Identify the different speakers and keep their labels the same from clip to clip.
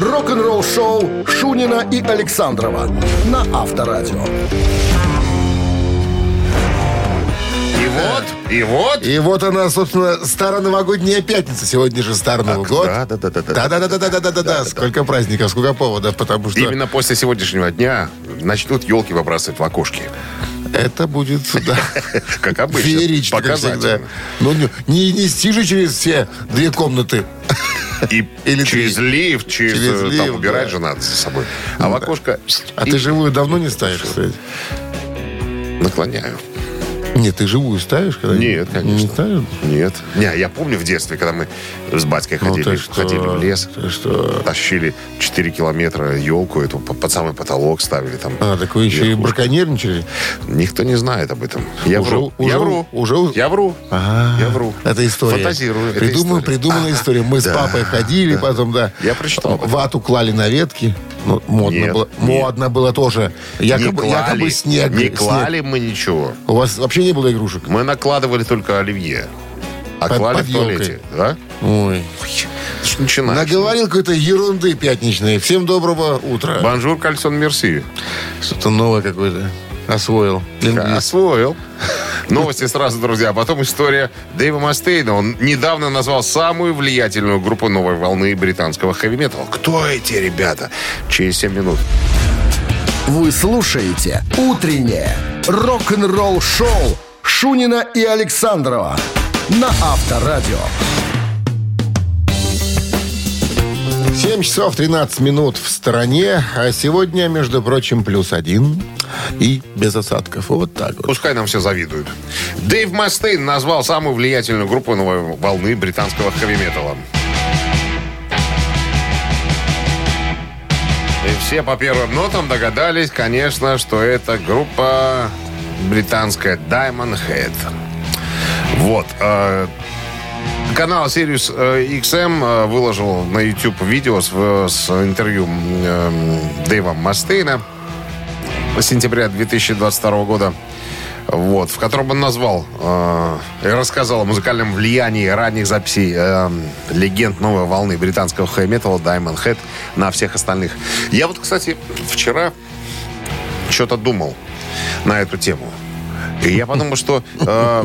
Speaker 1: рок-н-ролл шоу Шунина и Александрова на Авторадио.
Speaker 2: И вот, и вот.
Speaker 3: И вот она, собственно, староновогодняя пятница. Сегодня же Старый Новый год.
Speaker 2: да, да, да, да, да.
Speaker 3: Да-да-да-да-да-да-да. Сколько праздников, сколько поводов, потому что
Speaker 2: Именно после сегодняшнего дня начнут елки выбрасывать в окошки.
Speaker 3: это будет, да,
Speaker 2: Как обычно.
Speaker 3: феерично всегда.
Speaker 2: Показательно.
Speaker 3: Ну, не- не нести же через все две комнаты.
Speaker 2: И
Speaker 3: Или
Speaker 2: через
Speaker 3: три.
Speaker 2: лифт, через,
Speaker 3: Через
Speaker 2: э, там
Speaker 3: лифт,
Speaker 2: убирать
Speaker 3: да.
Speaker 2: же надо за собой. А в окошко
Speaker 3: А ты живую давно не ставишь, кстати?
Speaker 2: наклоняю.
Speaker 3: Нет, ты живую ставишь когда
Speaker 2: Нет,
Speaker 3: Не
Speaker 2: конечно.
Speaker 3: ставишь?
Speaker 2: Нет. Не, я помню в детстве, когда мы с батькой
Speaker 3: Ну, ты
Speaker 2: ходили,
Speaker 3: что?
Speaker 2: ходили в лес,
Speaker 3: Ты что?
Speaker 2: тащили 4 километра елку эту по- под самый потолок ставили там.
Speaker 3: А, так вы еще и браконьерничали?
Speaker 2: Никто не знает об этом. Я
Speaker 3: Уже-
Speaker 2: вру.
Speaker 3: уже-
Speaker 2: я вру.
Speaker 3: уже-
Speaker 2: Я вру.
Speaker 3: А,
Speaker 2: Я вру.
Speaker 3: Это история.
Speaker 2: Фантазирую. Это
Speaker 3: Придумаю,
Speaker 2: история.
Speaker 3: Придуманная история. Мы с папой ходили, потом, да.
Speaker 2: Я прочитал об этом.
Speaker 3: Вату клали на ветки. Ну, модно
Speaker 2: Нет,
Speaker 3: было.
Speaker 2: нет.
Speaker 3: Модно было тоже. Якобы,
Speaker 2: не клали,
Speaker 3: якобы снег.
Speaker 2: не
Speaker 3: снег.
Speaker 2: клали мы ничего.
Speaker 3: У вас вообще не было игрушек?
Speaker 2: Мы накладывали только оливье. А
Speaker 3: Под-
Speaker 2: клали
Speaker 3: под
Speaker 2: в туалете.
Speaker 3: ёлкой.
Speaker 2: Да?
Speaker 3: Ой.
Speaker 2: Что начинаешь?
Speaker 3: Наговорил какой-то ерунды пятничной. Всем доброго утра.
Speaker 2: Бонжур, кальсон, мерси.
Speaker 3: Что-то новое какое-то освоил. Лингвист.
Speaker 2: Освоил. Новости сразу, друзья. А потом история Дэйва Мастейна. Он недавно назвал самую влиятельную группу новой волны британского хэви-металла. Кто эти ребята? Через 7 минут.
Speaker 1: Вы слушаете «Утреннее рок-н-ролл-шоу» Шунина и Александрова на Авторадио.
Speaker 3: 7 часов 13 минут в стороне. А сегодня, между прочим, плюс один. И без осадков. Вот так вот.
Speaker 2: Пускай нам все завидуют. Дэйв Мастейн назвал самую влиятельную группу новой волны британского хэви-металла. И все по первым нотам догадались, конечно, что это группа британская Diamond Head. Вот. э, Канал Sirius э, XM э, выложил на YouTube видео с, э, с интервью эм, Дэйва Мастейна сентября 2022 года. Вот, в котором он назвал э, и рассказал о музыкальном влиянии ранних записей э, легенд новой волны британского хэви-металла Diamond Head на всех остальных. Я вот, кстати, вчера что-то думал на эту тему. И я подумал, что э,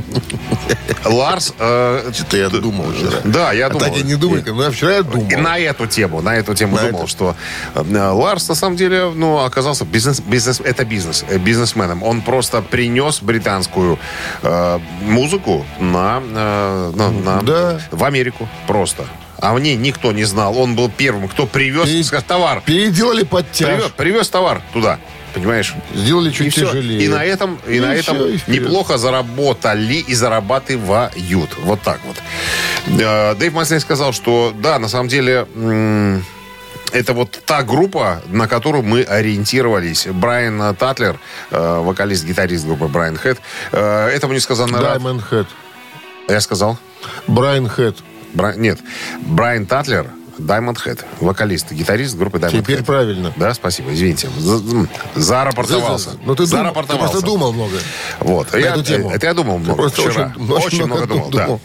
Speaker 2: Ларс... э,
Speaker 3: Что-то я думал вчера.
Speaker 2: да, я
Speaker 3: А
Speaker 2: думал.
Speaker 3: так я не думаю, но я вчера я думал.
Speaker 2: И на эту тему, на эту тему
Speaker 3: На
Speaker 2: думал,
Speaker 3: эту.
Speaker 2: что э, Ларс на самом деле, ну, оказался бизнес, бизнес, это бизнес, э, бизнесменом. Он просто принес британскую э, музыку на, э, на- на-
Speaker 3: Да.
Speaker 2: в Америку просто. А мне никто не знал. Он был первым, кто привез
Speaker 3: И-
Speaker 2: сказал, товар.
Speaker 3: Переделали подтяж.
Speaker 2: Привез, привез товар туда. Понимаешь?
Speaker 3: Сделали
Speaker 2: И,
Speaker 3: чуть
Speaker 2: всё.
Speaker 3: тяжелее. Ну
Speaker 2: И на этом, и
Speaker 3: И
Speaker 2: на
Speaker 3: всё,
Speaker 2: этом
Speaker 3: и вперед.
Speaker 2: неплохо заработали и зарабатывают. Вот так вот. Э, Дэйв Маслей сказал, что да, на самом деле м, это вот та группа, на которую мы ориентировались. Брайан э, Татлер, э, вокалист, гитарист группы Брайан Хэт, э, этому несказанно рад.
Speaker 3: Даймонд Хэт.
Speaker 2: Я сказал.
Speaker 3: Брайан Хэт.
Speaker 2: Бра- Нет, Брайан Татлер, Даймонд Хэт, вокалист, гитарист группы Даймонд
Speaker 3: Теперь правильно.
Speaker 2: Да, спасибо, извините. За- м, Зарапортовался.
Speaker 3: Ну ты, дум, ты
Speaker 2: Зарапортовался.
Speaker 3: просто думал много.
Speaker 2: Вот.
Speaker 3: На эту тему.
Speaker 2: Это я думал много
Speaker 3: Просто
Speaker 2: вчера.
Speaker 3: очень- очень много
Speaker 2: да.
Speaker 3: думал.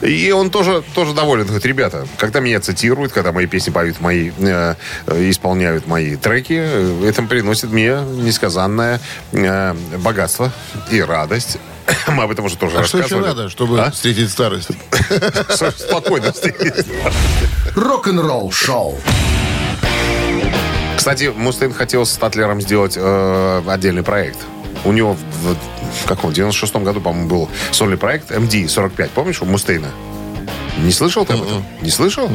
Speaker 2: И он тоже, тоже доволен. Говорит, ребята, когда меня цитируют, когда мои песни поют мои, э, э, исполняют мои треки, э, это приносит мне несказанное э, богатство и радость. Мы об этом уже тоже
Speaker 3: А что еще
Speaker 2: рассказывали.
Speaker 3: надо, чтобы
Speaker 2: А?
Speaker 3: встретить старость?
Speaker 2: Спокойно встретиться.
Speaker 1: Рок-н-ролл-шоу.
Speaker 2: Кстати, Мустейн хотел с Татлером сделать э, отдельный проект. У него в, в каком? 96-м году, по-моему, был сольный проект MD-45. Помнишь, у Мустейна? Не слышал ты об этом? Не слышал?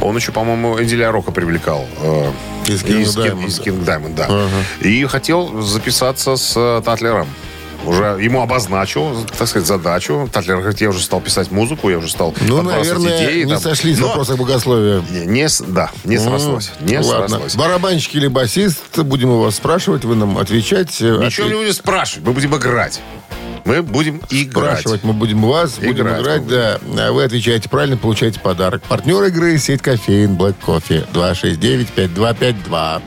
Speaker 2: Он еще, по-моему, Эдиля Рока привлекал. э,
Speaker 3: Из King
Speaker 2: King-
Speaker 3: Diamond.
Speaker 2: из King Diamond, да. И хотел записаться с э, Татлером. Уже ему обозначил, так сказать, задачу. Татлер говорит, я уже стал писать музыку, я уже стал
Speaker 3: Ну,
Speaker 2: подбрасывать идеи,
Speaker 3: наверное, не
Speaker 2: там».
Speaker 3: сошлись
Speaker 2: Но
Speaker 3: вопросы богословия.
Speaker 2: не, не с- да, не срослось. Не
Speaker 3: Ладно.
Speaker 2: срослось.
Speaker 3: Барабанщик или басист, будем у вас спрашивать, вы нам отвечать.
Speaker 2: Ничего не
Speaker 3: Отве-
Speaker 2: будем спрашивать, мы будем играть. Мы будем играть.
Speaker 3: Спрашивать мы будем у вас, будем
Speaker 2: Играть
Speaker 3: играть,
Speaker 2: мы
Speaker 3: да. А Вы отвечаете правильно, получаете подарок. Партнер игры сеть кофеин Black Coffee 269-5252.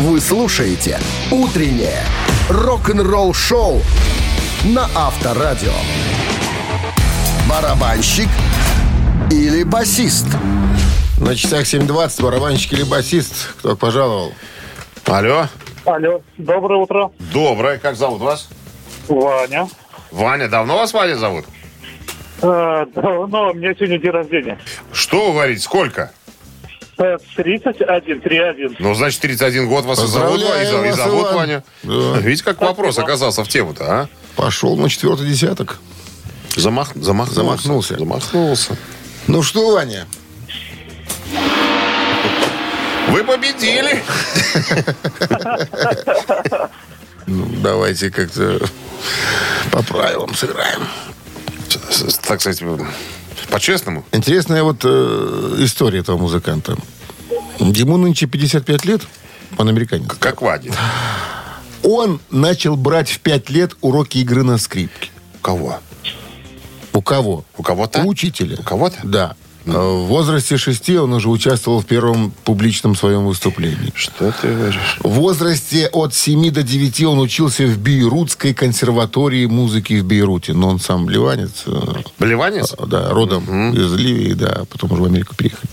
Speaker 1: Вы слушаете «Утреннее рок-н-ролл-шоу» на Авторадио. Барабанщик или басист?
Speaker 3: На часах 7.20, барабанщик или басист, кто пожаловал.
Speaker 2: Алло.
Speaker 4: Алло, доброе утро.
Speaker 2: Доброе. Как зовут вас?
Speaker 4: Ваня.
Speaker 2: Ваня. Давно вас Ваня зовут?
Speaker 4: Э, давно, у меня сегодня день рождения.
Speaker 2: Что вы говорите? Сколько?
Speaker 4: Э, 31, 31.
Speaker 2: Ну, значит, 31 год вас и зовут, Ваня, и
Speaker 3: Поздравляем
Speaker 2: зов- и
Speaker 3: вас,
Speaker 2: зовут
Speaker 3: Иван.
Speaker 2: Ваня.
Speaker 3: Да.
Speaker 2: Видите, как вопрос оказался в тему-то, а?
Speaker 3: Пошел на четвертый десяток.
Speaker 2: Замах, замах,
Speaker 3: Замахнулся.
Speaker 2: Замахнулся.
Speaker 3: Ну что, Ваня,
Speaker 2: Вы победили.
Speaker 3: ну, давайте как-то по правилам сыграем.
Speaker 2: С- с- Так сказать, по-честному.
Speaker 3: Интересная вот э, история этого музыканта. Ему нынче 55 лет, он американец.
Speaker 2: Как Ваня.
Speaker 3: Он начал брать в 5 лет уроки игры на скрипке.
Speaker 2: У кого?
Speaker 3: У кого?
Speaker 2: У кого-то?
Speaker 3: У учителя.
Speaker 2: У кого-то?
Speaker 3: Да. Э, В возрасте 6 он уже участвовал в первом публичном своем выступлении.
Speaker 2: Что ты говоришь?
Speaker 3: В возрасте от 7 до 9 он учился в Бейрутской консерватории музыки в Бейруте. Но он сам ливанец, э,
Speaker 2: Блеванец?
Speaker 3: да, родом из Ливии, да, потом уже в Америку переехали.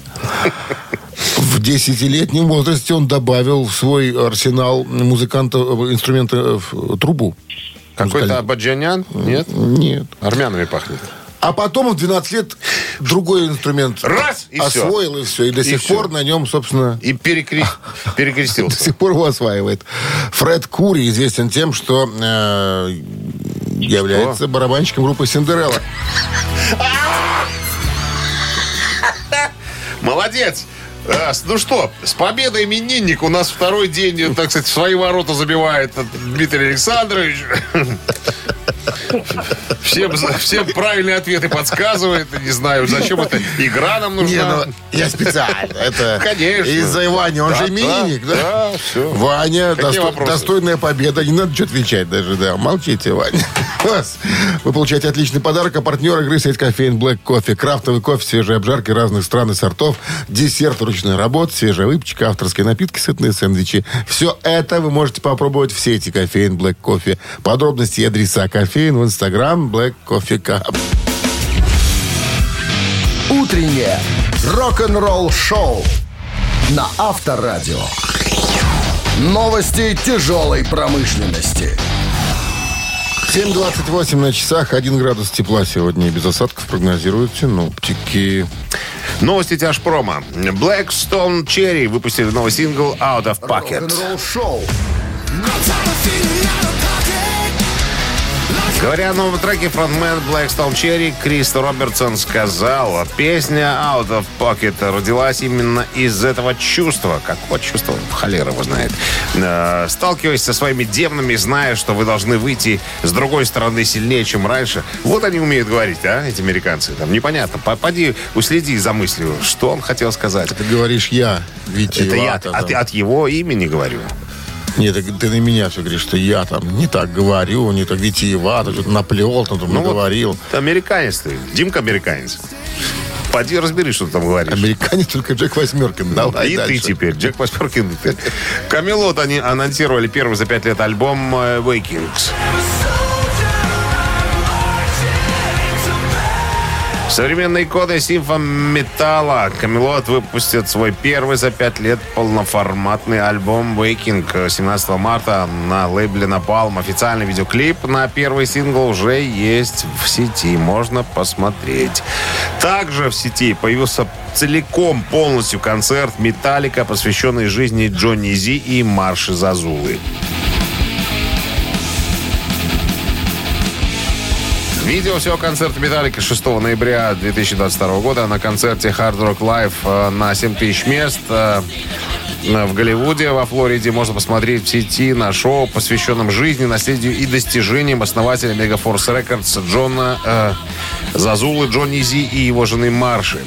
Speaker 3: В 10-летнем возрасте он добавил в свой арсенал музыканта э, инструмента э, в- трубу.
Speaker 2: Какой-то Абаджанян? Нет?
Speaker 3: Нет.
Speaker 2: Армянами пахнет.
Speaker 3: А потом в 12 лет другой инструмент
Speaker 2: Раз, и всё.
Speaker 3: освоил, и все. И до сих
Speaker 2: всё.
Speaker 3: пор на нем, собственно,
Speaker 2: И перекре-
Speaker 3: до
Speaker 2: перекрестился.
Speaker 3: сих пор его осваивает. Фред Кури известен тем, что э, является барабанщиком группы Синдерелла.
Speaker 2: Молодец! Э, с- Ну что, с победой именинник у нас второй день, э, так сказать, в свои ворота забивает э, Дмитрий Александрович. Всем, за- всем правильные ответы подсказывает. Не знаю, зачем это игра нам
Speaker 3: Не,
Speaker 2: нужна.
Speaker 3: ну, я специально. Это
Speaker 2: Конечно.
Speaker 3: из-за Вани. Он
Speaker 2: Да,
Speaker 3: же именинник, да?
Speaker 2: да, да, всё.
Speaker 3: Ваня,
Speaker 2: Какие
Speaker 3: досто-
Speaker 2: вопросы?
Speaker 3: достойная победа. Не надо что отвечать даже, да. Молчите, Ваня. Класс. Вы получаете отличный подарок. А партнер игры сеть кофеин Black Coffee. Крафтовый кофе, свежие обжарки разных стран и сортов, десерт ручной работы, свежая выпечка, авторские напитки, сытные сэндвичи. Все это вы можете попробовать в сети кофеин Black Coffee. Подробности и адреса кофеин в инстаграм Black Coffee Cup.
Speaker 1: Утреннее рок-н-ролл-шоу на Авторадио. Новости тяжелой промышленности.
Speaker 3: 7.28 на часах, 1 градус тепла сегодня без осадков Ну, прогнозируют синоптики.
Speaker 2: Новости тяжпрома. Blackstone Cherry выпустили новый сингл Out of Pocket.
Speaker 1: Рок-н-ролл-шоу
Speaker 2: Говоря о новом треке, фронтмен Blackstone Cherry Крис Робертсон сказал, «А песня Out of Pocket родилась именно из этого чувства. Какого чувства? Холера его знает. Э, Сталкиваясь со своими демонами, зная, что вы должны выйти с другой стороны сильнее, чем раньше. Вот они умеют говорить, а, эти американцы. Там непонятно. По- Поди, уследи за мыслью, что он хотел сказать.
Speaker 3: Ты говоришь я, Витя.
Speaker 2: Это я
Speaker 3: Ивата,
Speaker 2: от,
Speaker 3: там.
Speaker 2: от- от его имени говорю.
Speaker 3: Нет, ты, ты на меня все говоришь, что я там не так говорю, не так витиевато, что-то наплел, там, там
Speaker 2: Ну вот
Speaker 3: наговорил.
Speaker 2: ты американец ты. Димка американец. Поди разберись, что ты там говоришь.
Speaker 3: Американец только Джек Восьмеркин. Давай
Speaker 2: Ну и
Speaker 3: дальше.
Speaker 2: ты типа. теперь, Джек Восьмеркин и ты. Камелот они анонсировали первый за пять лет альбом э, Vikings. Современные иконы симфометалла Камелот выпустит свой первый за пять лет полноформатный альбом Waking 17 марта на лейбле Напалм. Официальный видеоклип на первый сингл уже есть в сети. Можно посмотреть. Также в сети появился целиком полностью концерт Металлика, посвященный жизни Джонни Зи и Марши Зазулы. Видео всего концерта «Металлики» 6 ноября 2022 года на концерте Hard Rock Live э, на 7000 мест э, в Голливуде, во Флориде. Можно посмотреть в сети на шоу, посвященном жизни, наследию и достижениям основателя Megaforce Records Джона э, Зазулы, Джонни Зи и его жены Марши.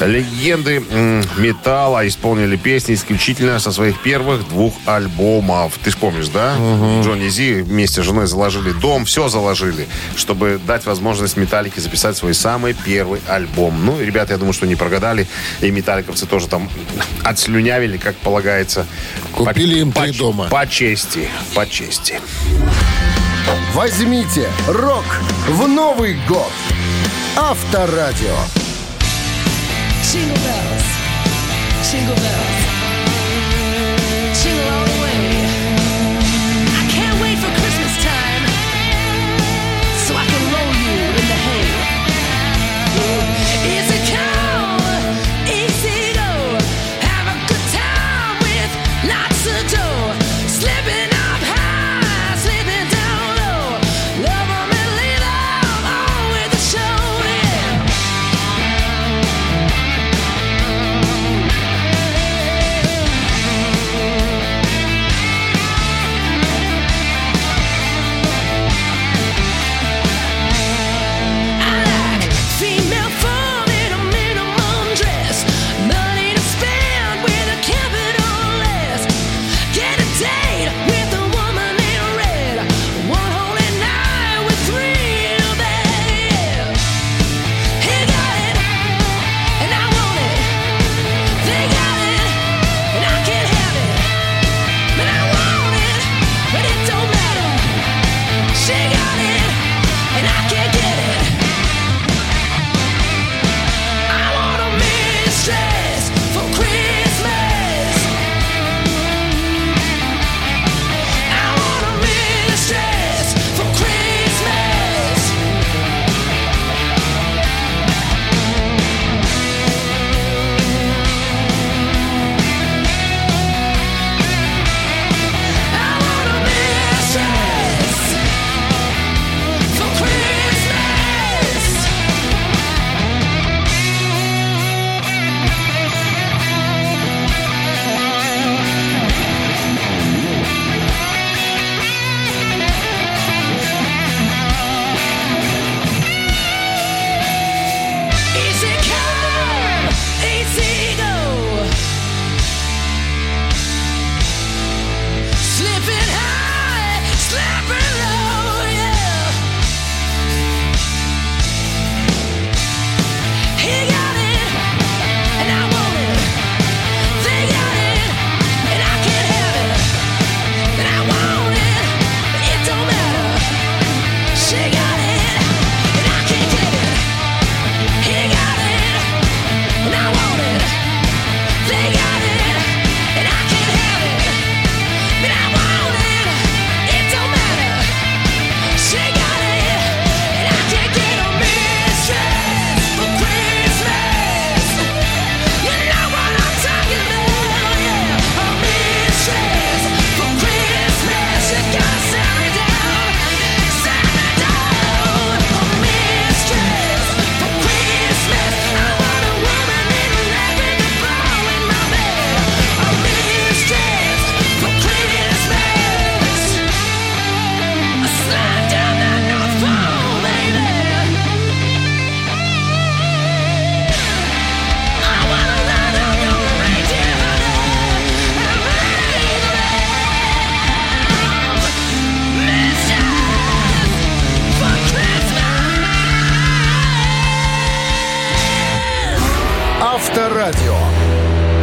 Speaker 2: Легенды м, металла исполнили песни исключительно со своих первых двух альбомов. Ты ж помнишь, да? Джонни Зи вместе с женой заложили дом, все заложили, чтобы дать возможность Металлике записать свой самый первый альбом. Ну, и ребята, я думаю, что не прогадали. И металликовцы тоже там отслюнявили, как полагается.
Speaker 3: Купили им три дома.
Speaker 2: По чести, по чести.
Speaker 1: Возьмите рок в Новый год. Авторадио.
Speaker 5: Jingle bells, Jingle bells. Jingle all the way. I can't wait for Christmas time so I can roll you in the hay. Easy come, easy go. Have a good time with lots of dough. Slipping up high, slipping down low. Love 'em and leave 'em all with the show. Yeah. She got it, and I can't get it. I want a mistress for Christmas. I want a mistress for Christmas. I want a mistress for Christmas. Easy come, easy go. Slipping high, slipping low, yeah. He got it, and I want it. They got it, and I can't have it. And I want it, but it don't matter. She got it, and I can't get it. He got it, and I want it. They got it, and I can't have it. But I want it, it don't matter. She got it, and I can't get a mistress for Christmas. You know what I'm talking about, yeah. A mistress for Christmas. You gotta set me down, set me down. A mistress for Christmas. I want a woman in red with a bow in my bed. A mistress for Christmas. Slide down that North Pole, baby. I wanna ride on your reindeer, honey, and bring around mischief for Christmas.
Speaker 1: Авторадио.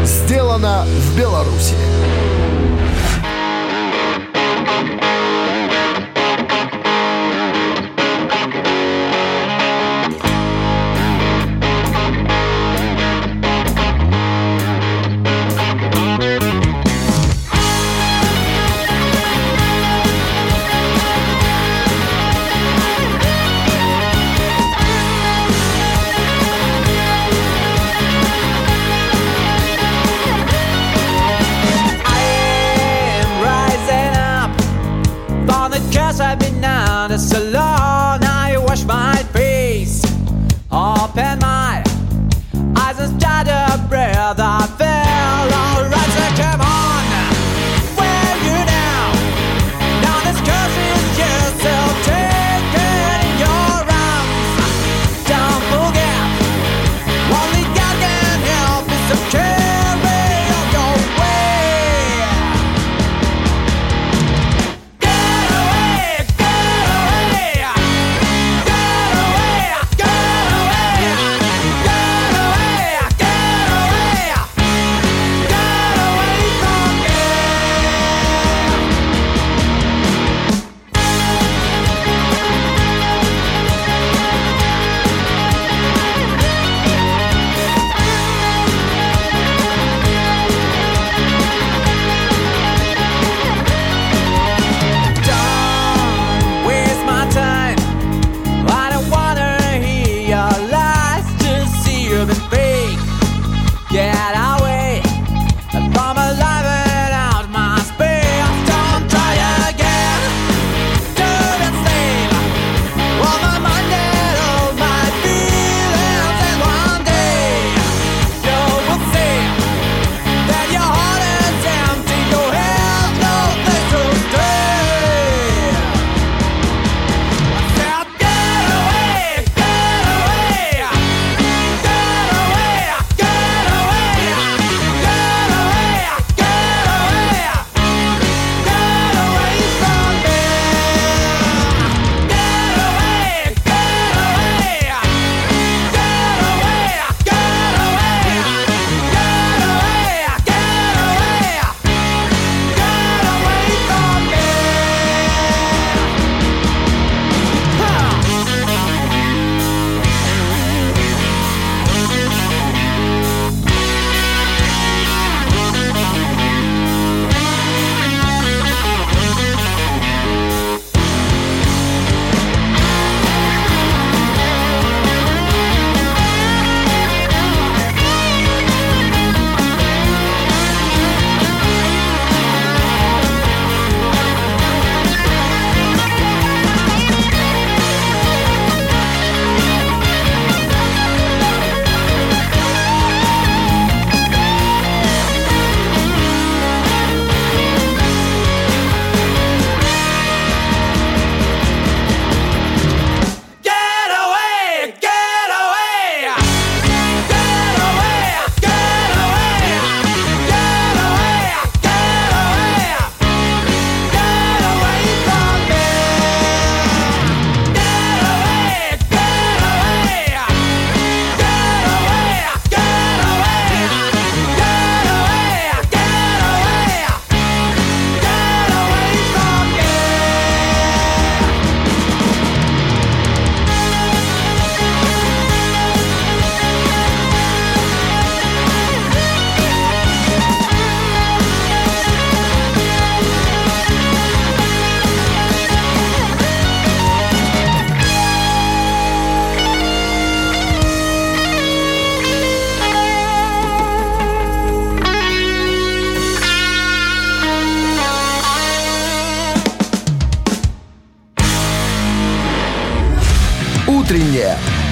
Speaker 1: Сделано в Беларуси.
Speaker 6: I am rising up for the cause I've been on the salon. I wash my face, open my eyes and start to breathe. I fell. Alright, so come on, where are you now? Now this curse is just so taken in your arms. Don't forget. Only God can help us to carry on your way. Get away, get away, get away, get away, get away, get away.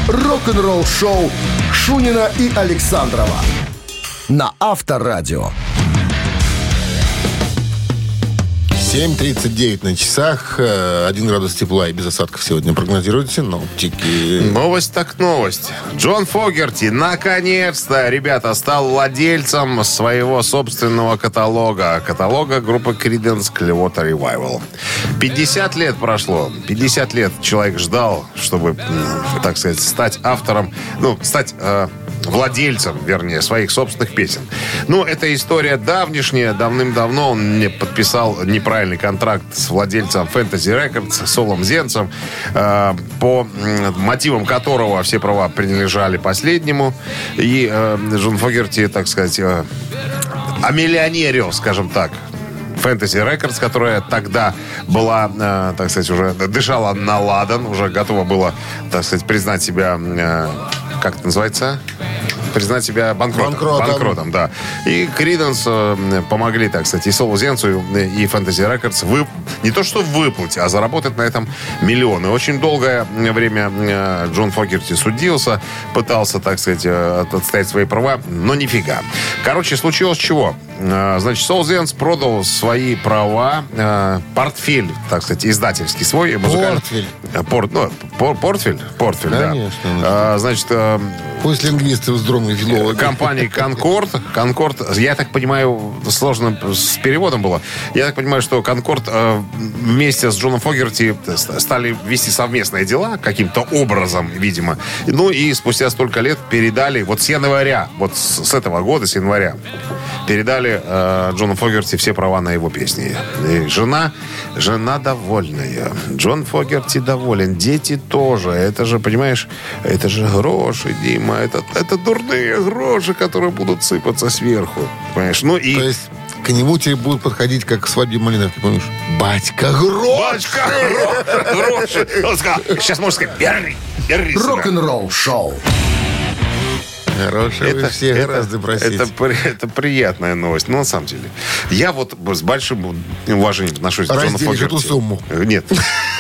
Speaker 1: рок-н-ролл-шоу Шунина и Александрова на Авторадио.
Speaker 3: 7.39 на часах. э, Один градус тепла и без осадков сегодня прогнозируют синоптики.
Speaker 2: Новость так новость. Джон Фогерти наконец-то, ребята, стал владельцем своего собственного каталога. Каталога группы Creedence Clearwater Revival. 50 лет прошло. 50 лет человек ждал, чтобы, м, так сказать, стать автором, ну, стать э, владельцем, вернее, своих собственных песен. Ну, эта история давнишняя. Давным-давно он мне подписал неправильный контракт с владельцем Fantasy Records, Солом Зенцем, э, по м, мотивам которого все права принадлежали последнему. И э, Джон Фогерти, так сказать, э, омиллионерил, скажем так. Fantasy Records, которая тогда была, э, так сказать, уже дышала на ладан, уже готова была, так сказать, признать себя, э, как это называется? Признать себя банкротом.
Speaker 3: Банкротом.
Speaker 2: Банкротом, да. И Криденс помогли, так сказать, и Солу Зенцу, и Fantasy Records вып- не то что выплатить, а заработать на этом миллионы. Очень долгое время э, Джон Фокерти судился, пытался, так сказать, э, от- отстоять свои права, но нифига. Короче, случилось чего? Э, Значит, Сол Зенц продал свои права, э, портфель, так сказать, издательский свой. музыкальный-
Speaker 3: Портфель.
Speaker 2: Э, Порт, ну, пор- портфель? Портфель, да.
Speaker 3: Конечно, ну
Speaker 2: Э, Значит, э,
Speaker 3: Пусть лингвисты вздрогнут филологи.
Speaker 2: компании Конкорд. Конкорд, я так понимаю, сложно с переводом было. Я так понимаю, что Конкорд э, вместе с Джоном Фогерти стали вести совместные дела каким-то образом, видимо. Ну и спустя столько лет передали, вот с января, вот с, с этого года, с января, передали э, Джону Фогерти все права на его песни. И жена, жена довольная. Джон Фогерти доволен. Дети тоже. Это же, понимаешь, это же гроши, Дима. Это, это дурные гроши, которые будут сыпаться сверху. Понимаешь? Ну и...
Speaker 3: То есть к нему теперь будут подходить, как к свадьбе Малиновки, помнишь? Батька Грош!
Speaker 2: Бачка, гро- гроши. Он сказал, Сейчас можно сказать, бери, бери сына».
Speaker 1: Рок-н-ролл-шоу.
Speaker 3: Хорошего вы всех гораздо просить.
Speaker 2: это при- это приятная новость. Но на самом деле, я вот с большим уважением отношусь к Джону
Speaker 3: Разделишь
Speaker 2: Фогерти.
Speaker 3: эту сумму.
Speaker 2: Э, Нет,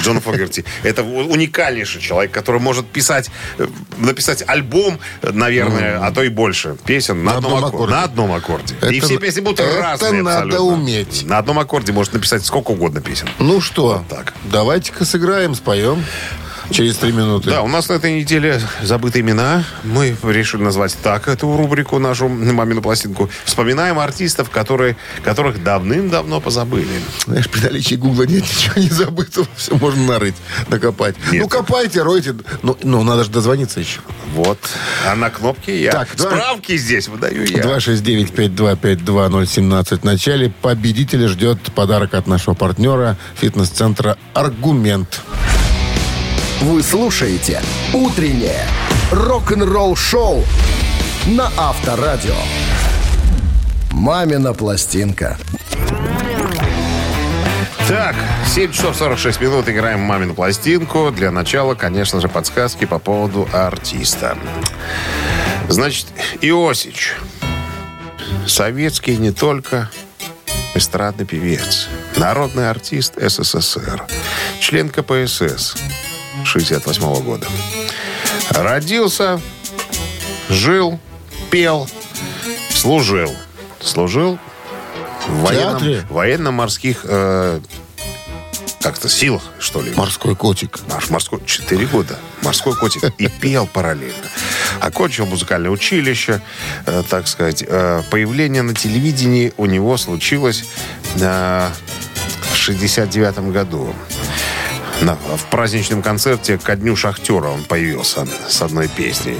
Speaker 2: Джон Фогерти. Это у- уникальнейший человек, который может писать, э, написать альбом, э, наверное, а то и больше песен на,
Speaker 3: Ну, На
Speaker 2: одном,
Speaker 3: одном
Speaker 2: аккорде.
Speaker 3: аккорде.
Speaker 2: На одном аккорде. и
Speaker 3: Это-
Speaker 2: все песни будут
Speaker 3: это
Speaker 2: разные
Speaker 3: надо
Speaker 2: абсолютно.
Speaker 3: уметь.
Speaker 2: На одном аккорде может написать сколько угодно песен.
Speaker 3: Ну что,
Speaker 2: так.
Speaker 3: давайте-ка сыграем, споем через три минуты.
Speaker 2: Да, у нас на этой неделе забыты имена. Мы решили назвать так эту рубрику, нашу мамину пластинку. Вспоминаем артистов, которые, которых давным-давно позабыли.
Speaker 3: Знаешь, при наличии гугла нет ничего не забыто. Все можно нарыть, накопать.
Speaker 2: Нет.
Speaker 3: Ну, копайте, ройте. Ну, ну, надо же дозвониться еще.
Speaker 2: Вот. А на кнопке я.
Speaker 3: Так, давай.
Speaker 2: Справки здесь выдаю я.
Speaker 3: 269-525-2017 в начале. Победителя ждет подарок от нашего партнера фитнес-центра «Аргумент».
Speaker 1: Вы слушаете «Утреннее рок-н-ролл-шоу» на Авторадио. «Мамина пластинка».
Speaker 2: Так, 7 часов 46 минут играем «Мамину пластинку». Для начала, конечно же, подсказки по поводу артиста. Значит, Иосич. Советский не только эстрадный певец. Народный артист СССР. Член КПСС 68 года. Родился, жил, пел, служил. Служил в
Speaker 3: театре?
Speaker 2: военном- военно-морских э, как-то силах, что ли.
Speaker 3: Морской котик.
Speaker 2: Наш морской, 4 года. Морской котик. И пел параллельно. Окончил музыкальное училище, э, так сказать. Э, появление на телевидении у него случилось э, в 69 году. На- в праздничном концерте ко дню шахтера он появился с одной песней.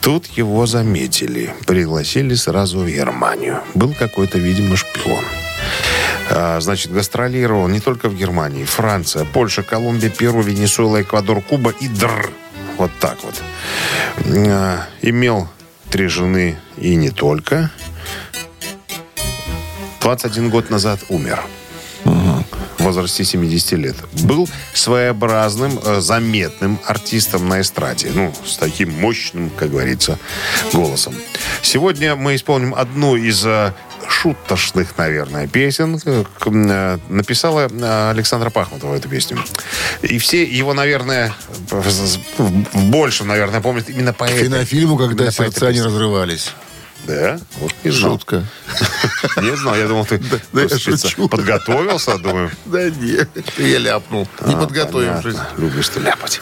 Speaker 2: Тут его заметили. Пригласили сразу в Германию. Был какой-то, видимо, шпион. А, Значит, гастролировал не только в Германии, Франция, Польша, Колумбия, Перу, Венесуэла, Эквадор, Куба и Др. Вот так вот. А, Имел три жены и не только. 21 год назад умер. В возрасте 70 лет. Был своеобразным, э, заметным артистом на эстраде. Ну, с таким мощным, как говорится, голосом. Сегодня мы исполним одну из э, шутошных, наверное, песен э, к- м, э, написала э, Александра Пахмутова эту песню. И все его, наверное, в- в в большем, наверное, помнят именно по этой.
Speaker 3: Кинофильму, когда
Speaker 2: Именно по этой
Speaker 3: сердца не
Speaker 2: песне.
Speaker 3: разрывались.
Speaker 2: Да? Вот не знал.
Speaker 3: Жутко.
Speaker 2: Не знал, я думал, ты
Speaker 3: да я
Speaker 2: просто специально
Speaker 3: шучу.
Speaker 2: подготовился, думаю.
Speaker 3: Да нет, я ляпнул, не подготовившись.
Speaker 2: Понятно. Любишь ты ляпать.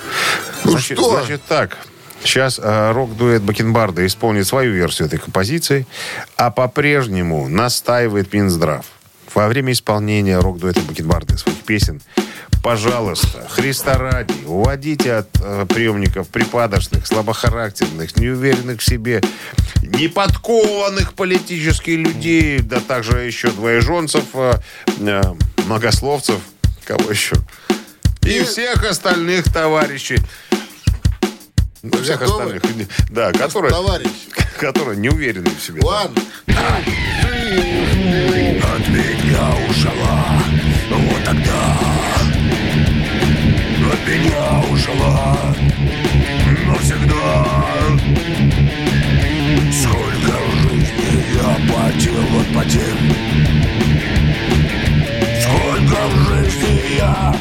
Speaker 3: Ну
Speaker 2: значит,
Speaker 3: что?
Speaker 2: значит так. Сейчас рок-дуэт Бакенбарда исполнит свою версию этой композиции, а по-прежнему настаивает Минздрав. Во время исполнения рок-дуэта Бакенбарда и своих песен, пожалуйста, Христа ради, уводите от э, приемников припадочных, слабохарактерных, неуверенных в себе, неподкованных политических людей, да также еще двоеженцев, э, э, многословцев, кого еще, и всех остальных товарищей. Ну, всех
Speaker 3: готовы?
Speaker 2: остальных. Да, которые,
Speaker 3: Товарищ.
Speaker 2: которые не уверены в себе.
Speaker 3: Ладно.
Speaker 7: От меня ушла, вот тогда От меня ушла, навсегда Сколько в жизни я потел от потерь Сколько в жизни я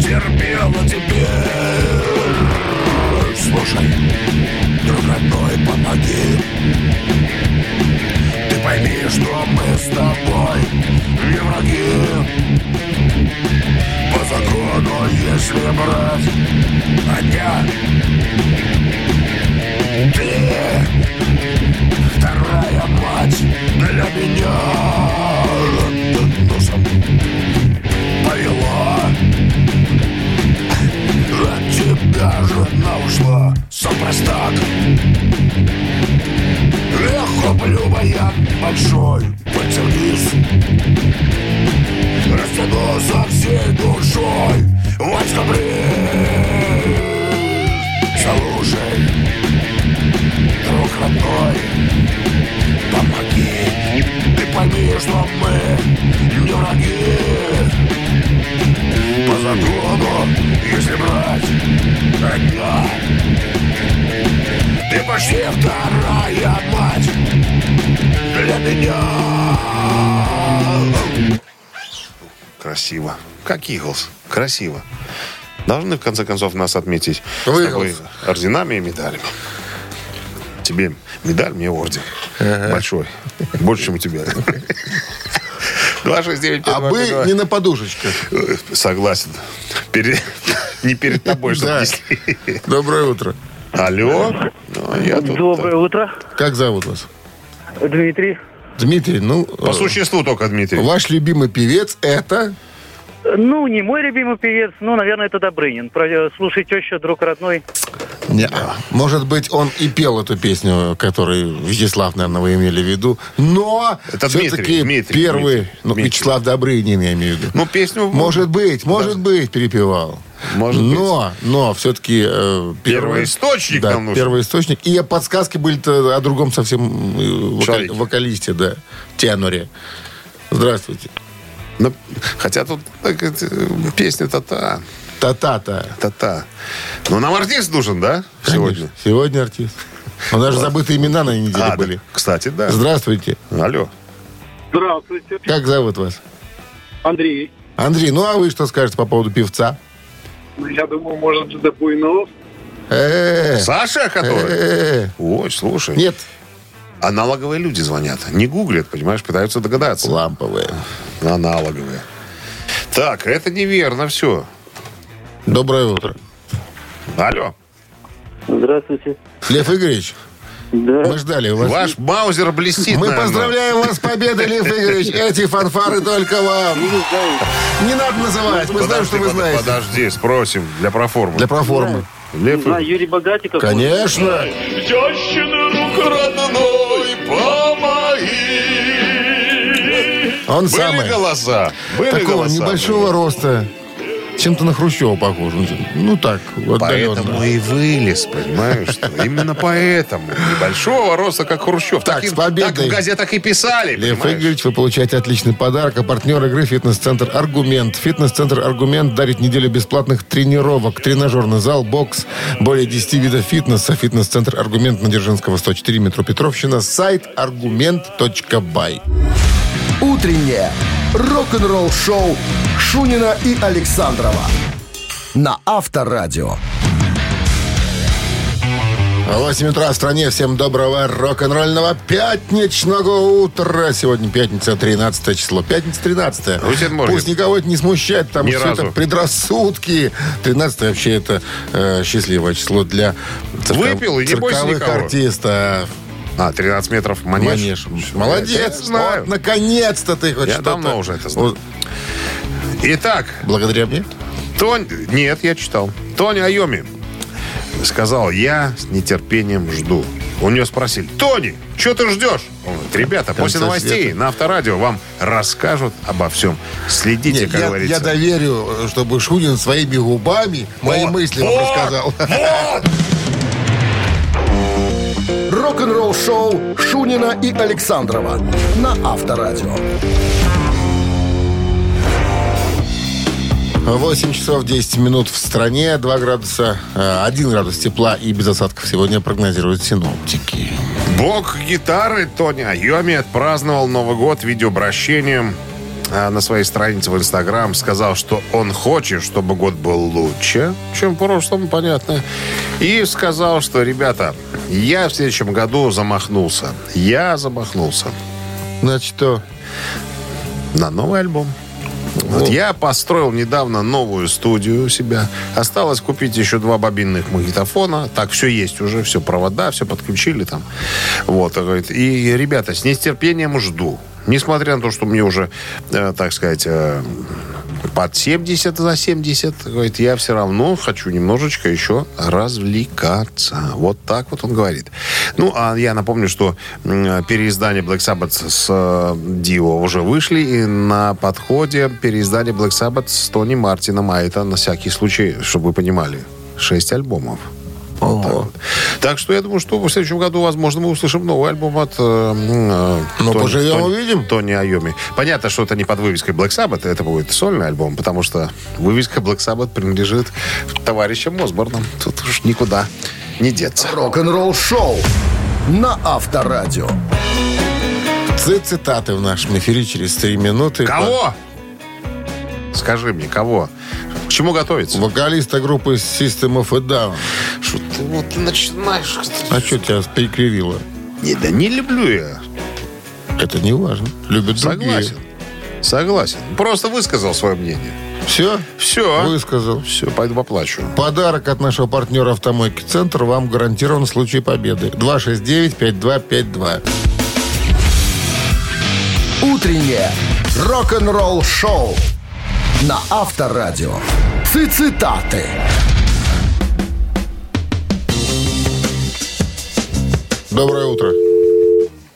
Speaker 7: терпела теперь Слушай, друг родной, помоги ты пойми, что мы с тобой не враги По закону, если брать а одня Ты вторая мать для меня Ты Носом повела От тебя жена ушла, сам простак Эх, блюбая, большой, пальцем вниз Растяну со всей душой Васька, блин Слушай, друг родной Помоги, ты пойми, что мы не враги По закону, если брать одна ты почти вторая мать для меня.
Speaker 2: Красиво. Как Иглс. Красиво. Должны, в конце концов, нас отметить с
Speaker 3: Вы
Speaker 2: тобой
Speaker 3: Иглс.
Speaker 2: орденами и медалями. Тебе медаль, мне орден. Большой. Больше, чем у тебя. 269
Speaker 3: А бы не на подушечках.
Speaker 2: Согласен. Пере- Не перед тобой, чтобы
Speaker 3: Да.
Speaker 2: несли.
Speaker 3: Доброе утро.
Speaker 2: Алло. Ну, я тут
Speaker 4: Доброе утро,
Speaker 3: Как зовут вас?
Speaker 4: Дмитрий.
Speaker 3: Дмитрий, ну,
Speaker 2: По
Speaker 3: э,
Speaker 2: существу только, Дмитрий.
Speaker 3: ваш любимый певец это...
Speaker 4: Ну, не мой любимый певец, ну, наверное, это Добрынин. Про- э, Слушай, теща, друг родной.
Speaker 3: Не, Может быть, он и пел эту песню, которую Вячеслав, наверное, вы имели в виду, но
Speaker 2: Это Дмитрий,
Speaker 3: все-таки
Speaker 2: Дмитрий,
Speaker 3: первый,
Speaker 2: Дмитрий,
Speaker 3: ну,
Speaker 2: Дмитрий.
Speaker 3: Вячеслав Добрынин, я имею в виду.
Speaker 2: Ну, песню...
Speaker 3: Может быть, может быть, перепевал.
Speaker 2: Может быть.
Speaker 3: но, но все-таки э,
Speaker 2: Первоисточник
Speaker 3: да,
Speaker 2: нам нужен.
Speaker 3: первоисточник. И подсказки были-то о другом совсем э, вока-
Speaker 2: Человеке.
Speaker 3: вокалисте, да, теноре. Здравствуйте.
Speaker 2: Ну, хотя тут так, это, песня та-та,
Speaker 3: Та-та-та.
Speaker 2: та-та. Но нам артист нужен, да, сегодня?
Speaker 3: Конечно. Сегодня артист. У нас же забытые имена на неделе
Speaker 2: А,
Speaker 3: были.
Speaker 2: да, кстати, да.
Speaker 3: Здравствуйте.
Speaker 2: Алло.
Speaker 4: Здравствуйте,
Speaker 3: Как зовут вас?
Speaker 4: Андрей.
Speaker 3: Андрей, ну а вы что скажете по поводу певца?
Speaker 8: ну,
Speaker 4: Я думаю, может, это Буйнов.
Speaker 3: Э,
Speaker 2: Саша, который?
Speaker 3: э,
Speaker 2: Ой, слушай.
Speaker 3: Нет,
Speaker 2: Аналоговые люди звонят. Не гуглят, понимаешь, пытаются догадаться.
Speaker 3: ламповые.
Speaker 2: Аналоговые. Так, это неверно все.
Speaker 3: Доброе утро.
Speaker 2: Алло.
Speaker 4: Здравствуйте.
Speaker 3: Лев Игоревич,
Speaker 4: Да.
Speaker 3: мы ждали вас.
Speaker 2: Ваш Маузер блестит,
Speaker 3: Мы
Speaker 2: наверное.
Speaker 3: поздравляем вас с победой, Лев Игоревич. Эти фанфары только вам. Не надо называть. Мы знаем,
Speaker 2: Подожди,
Speaker 3: что вы
Speaker 2: под-
Speaker 3: знаете.
Speaker 2: Подожди, спросим для проформы.
Speaker 3: Для проформы.
Speaker 2: Лев Ильич.
Speaker 4: А, Юрий Богатиков.
Speaker 3: Конечно.
Speaker 2: родной, помоги.
Speaker 3: Он
Speaker 2: Были
Speaker 3: самый.
Speaker 2: голоса? Были
Speaker 3: Такого
Speaker 2: голоса?
Speaker 3: небольшого роста. Чем-то на Хрущева похож. Ну так,
Speaker 2: Поэтому
Speaker 3: отдаленно.
Speaker 2: и вылез, понимаешь? что ли? Именно поэтому. Небольшого роста, как Хрущев.
Speaker 3: Так,
Speaker 2: Таким-
Speaker 3: с победой.
Speaker 2: Так в газетах и писали,
Speaker 3: Лев
Speaker 2: понимаешь?
Speaker 3: Игоревич, вы получаете отличный подарок. А партнер игры «Фитнес-центр Аргумент». «Фитнес-центр Аргумент» дарит неделю бесплатных тренировок. Тренажерный зал, бокс, более 10 видов фитнеса. «Фитнес-центр Аргумент» на Дзержинского, 104, метро Петровщина. Сайт аргумент.бай.
Speaker 1: Утреннее рок-н-ролл-шоу Шунина и Александрова на Авторадио.
Speaker 3: 8 утра в стране. Всем доброго рок-н-ролльного пятничного утра. Сегодня пятница, 13 число. Пятница, 13.
Speaker 2: Рутин Морген.
Speaker 3: Пусть никого это не смущает, там
Speaker 2: Ни
Speaker 3: все
Speaker 2: разу.
Speaker 3: это предрассудки. 13 вообще это э, счастливое число для цирка-
Speaker 2: Выпил и не бойся
Speaker 3: цирковых
Speaker 2: никого.
Speaker 3: артистов.
Speaker 2: А, 13 метров
Speaker 3: Манеж.
Speaker 2: манеж.
Speaker 3: Молодец.
Speaker 2: Это знаю.
Speaker 3: Вот, наконец-то ты хоть
Speaker 2: Я
Speaker 3: что-то-
Speaker 2: давно уже это знаю. Итак,
Speaker 3: Благодаря мне?
Speaker 2: Тонь... Нет, я читал. Тони Айоми сказал, я с нетерпением жду. У нее спросили, Тони, что ты ждешь? Он говорит, ребята, после
Speaker 3: Конца
Speaker 2: новостей
Speaker 3: света.
Speaker 2: на Авторадио вам расскажут обо всем. Следите,
Speaker 3: Нет,
Speaker 2: как
Speaker 3: я,
Speaker 2: говорится.
Speaker 3: я доверю, чтобы Шунин своими губами мои
Speaker 2: Вот,
Speaker 3: мысли вам
Speaker 2: вот,
Speaker 3: рассказал.
Speaker 2: вот.
Speaker 1: Рок-н-ролл-шоу Шунина и Александрова на Авторадио.
Speaker 3: 8 часов 10 минут в стране, 2 градуса, э, 1 градус тепла и без осадков сегодня прогнозируют синоптики.
Speaker 2: Бог гитары Тони Айоми отпраздновал Новый год видеообращением а, на своей странице в Инстаграм. Сказал, что он хочет, чтобы год был лучше, чем в прошлом, понятно. И сказал, что, ребята, я в следующем году замахнулся. Я замахнулся
Speaker 3: Значит, что?
Speaker 2: на новый альбом. Вот я построил недавно новую студию у себя. Осталось купить еще два бобинных магнитофона. Так все есть уже, все провода, все подключили там. Вот, говорит. И, ребята, с нестерпением жду. Несмотря на то, что мне уже, э, так сказать, э, под 70 за 70, говорит, я все равно хочу немножечко еще развлекаться. Вот так вот он говорит. Ну, а я напомню, что м, переиздание Black Sabbath с э, Дио уже вышли, и на подходе переиздание Black Sabbath с Тони Мартином, а это на всякий случай, чтобы вы понимали, 6 альбомов. Вот так, вот. так что я думаю, что в следующем году, возможно, мы услышим новый альбом от э, м, э,
Speaker 3: Ну,
Speaker 2: Тони-
Speaker 3: поживем,
Speaker 2: Тони-
Speaker 3: увидим.
Speaker 2: Тони Айоми. Понятно, что это не под вывеской Black Sabbath, это будет сольный альбом, потому что вывеска Black Sabbath принадлежит товарищам Осборнам. Тут уж никуда не деться.
Speaker 1: Рок-н-ролл-шоу на Авторадио.
Speaker 3: Ци- Цитаты в нашем эфире через 3 минуты.
Speaker 2: Кого? Скажи мне, кого? К чему готовиться?
Speaker 3: Вокалиста группы System of a Down.
Speaker 2: Что ты вот начинаешь?
Speaker 3: А что тебя перекривило?
Speaker 2: Не, да не люблю я.
Speaker 3: Это не важно. Любят другие.
Speaker 2: Согласен. Согласен. Просто высказал свое мнение.
Speaker 3: Все?
Speaker 2: Все.
Speaker 3: Высказал.
Speaker 2: Все, пойду поплачу.
Speaker 3: Подарок от нашего партнера «Автомойки Центр» вам гарантирован в случае победы. 269-5252.
Speaker 1: Утреннее рок-н-ролл-шоу на Авторадио. Цитаты.
Speaker 3: 269-5252. Доброе утро.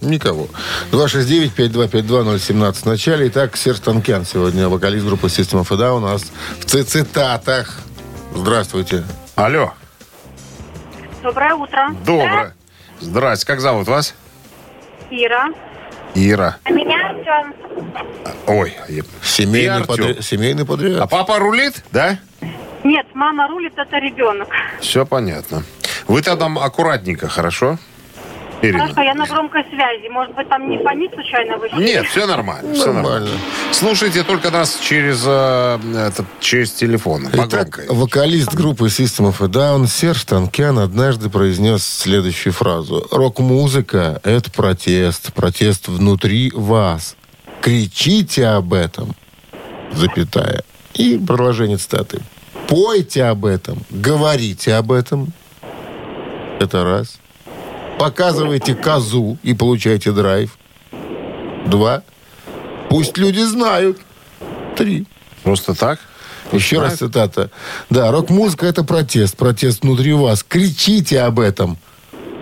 Speaker 3: Никого. 269-5252-017 в начале. Итак, Серж Танкян сегодня, вокалист группы System of a Down, у нас в ци- цитатах. Здравствуйте.
Speaker 2: Алло.
Speaker 9: Доброе утро.
Speaker 2: Доброе. Здрасте. Как зовут вас?
Speaker 9: Ира.
Speaker 2: Ира.
Speaker 9: А меня Артем.
Speaker 2: Ой. я-
Speaker 3: Семейный,
Speaker 2: И Артём.
Speaker 3: подре- семейный подряд.
Speaker 2: А папа рулит, да?
Speaker 9: Нет, мама рулит, это ребенок.
Speaker 2: Все понятно. Вы тогда аккуратненько, хорошо? Ирина?
Speaker 9: Хорошо, я на громкой связи. Может быть, там не фонит случайно вы?
Speaker 2: Нет, все нормально. всё
Speaker 3: Нормально.
Speaker 2: Слушайте только нас через, э, это, через телефон. по
Speaker 3: Итак,
Speaker 2: громкой.
Speaker 3: вокалист группы System of a Down Серж Танкян однажды произнес следующую фразу. «Рок-музыка — это протест, протест внутри вас. Кричите об этом, запятая». И продолжение цитаты. «Пойте об этом, говорите об этом». Это раз. «Показывайте козу и получайте драйв». Два. «Пусть люди знают». Три.
Speaker 2: Просто так?
Speaker 3: Еще раз цитата. Да, рок-музыка это протест. Протест внутри вас. Кричите об этом.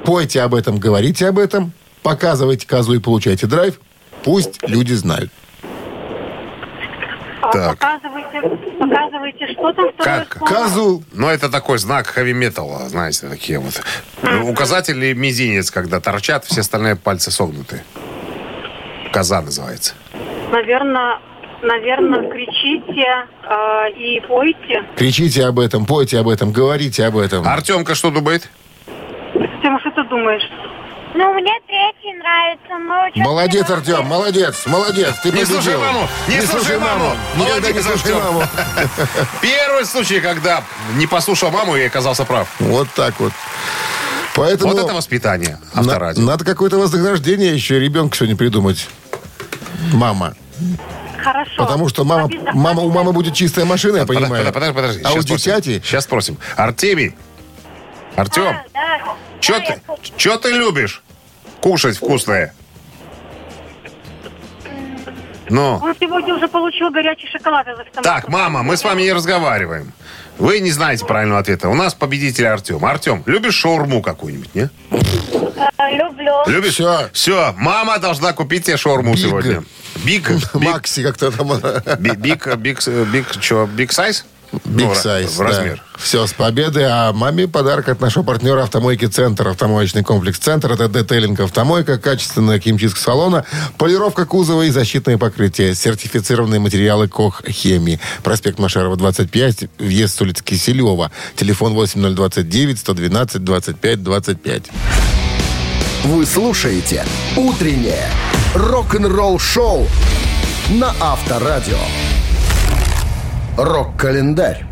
Speaker 3: Пойте об этом, говорите об этом. Показывайте козу и получайте драйв. Пусть люди знают.
Speaker 9: А
Speaker 2: так.
Speaker 9: Показывайте, показывайте, что там второе
Speaker 2: Как?
Speaker 9: слово?
Speaker 3: Козу.
Speaker 2: Ну, это такой знак хэви-металла, знаете, такие вот. Ну, Указатель и мизинец, когда торчат, все остальные пальцы согнуты. Коза называется.
Speaker 9: Наверное, наверное, кричите э, и пойте.
Speaker 3: Кричите об этом, пойте об этом, говорите об этом.
Speaker 2: Артемка что думает?
Speaker 9: Тем, что ты думаешь? Ну, мне третий нравится. Мы учётный
Speaker 3: Молодец,
Speaker 9: класс.
Speaker 3: Артем, молодец, молодец. Ты
Speaker 2: Не
Speaker 3: победил.
Speaker 2: слушай маму, не слушай маму.
Speaker 3: Никогда не
Speaker 2: Молодец,
Speaker 3: слушай
Speaker 2: Артем.
Speaker 3: маму.
Speaker 2: Первый случай, когда не послушал маму и оказался прав.
Speaker 3: Вот так вот. Поэтому
Speaker 2: Вот это воспитание
Speaker 3: Ну, на-
Speaker 2: авторадио.
Speaker 3: надо какое-то вознаграждение еще ребенку сегодня придумать. Мама.
Speaker 9: Хорошо.
Speaker 3: Потому что мама,
Speaker 9: Обязательно.
Speaker 3: мама, у мамы будет чистая машина, я
Speaker 2: Подо-
Speaker 3: понимаю.
Speaker 2: подо- Подожди, подожди.
Speaker 3: А у
Speaker 2: щас спросим.
Speaker 3: дитяти...
Speaker 2: Сейчас спросим. Артемий, Артем,
Speaker 9: Да, да.
Speaker 2: что
Speaker 9: Да,
Speaker 2: ты,
Speaker 9: А, я слушаю.
Speaker 2: чё ты любишь кушать вкусное? Ну,
Speaker 9: Он сегодня уже получил горячий шоколад из автомата.
Speaker 2: так, мама, мы с вами не разговариваем. Вы не знаете правильного ответа. У нас победитель Артем. Артем, любишь шаурму какую-нибудь, не?
Speaker 9: Э, Люблю.
Speaker 2: Любишь?
Speaker 3: Всё.
Speaker 2: Все, мама должна купить тебе шаурму
Speaker 3: Биг.
Speaker 2: сегодня. Биг. Биг.
Speaker 3: Макси, как-то там...
Speaker 2: Би- Биг, э, биг, э, биг, чё, биг сайз? Ну,
Speaker 3: Big
Speaker 2: ра-
Speaker 3: size,
Speaker 2: В размер.
Speaker 3: Все, с победы. А маме подарок от нашего партнера «Автомойки Центр». Автомоечный комплекс «Центр» — это детейлинг автомойка, качественная химчистка салона, полировка кузова и защитное покрытие, сертифицированные материалы «Кох Хеми». Проспект Машарова, 25, въезд с улицы Киселева. Телефон 8029-112-25-25.
Speaker 1: Вы слушаете «Утреннее рок-н-ролл-шоу» на Авторадио. Рок-календарь.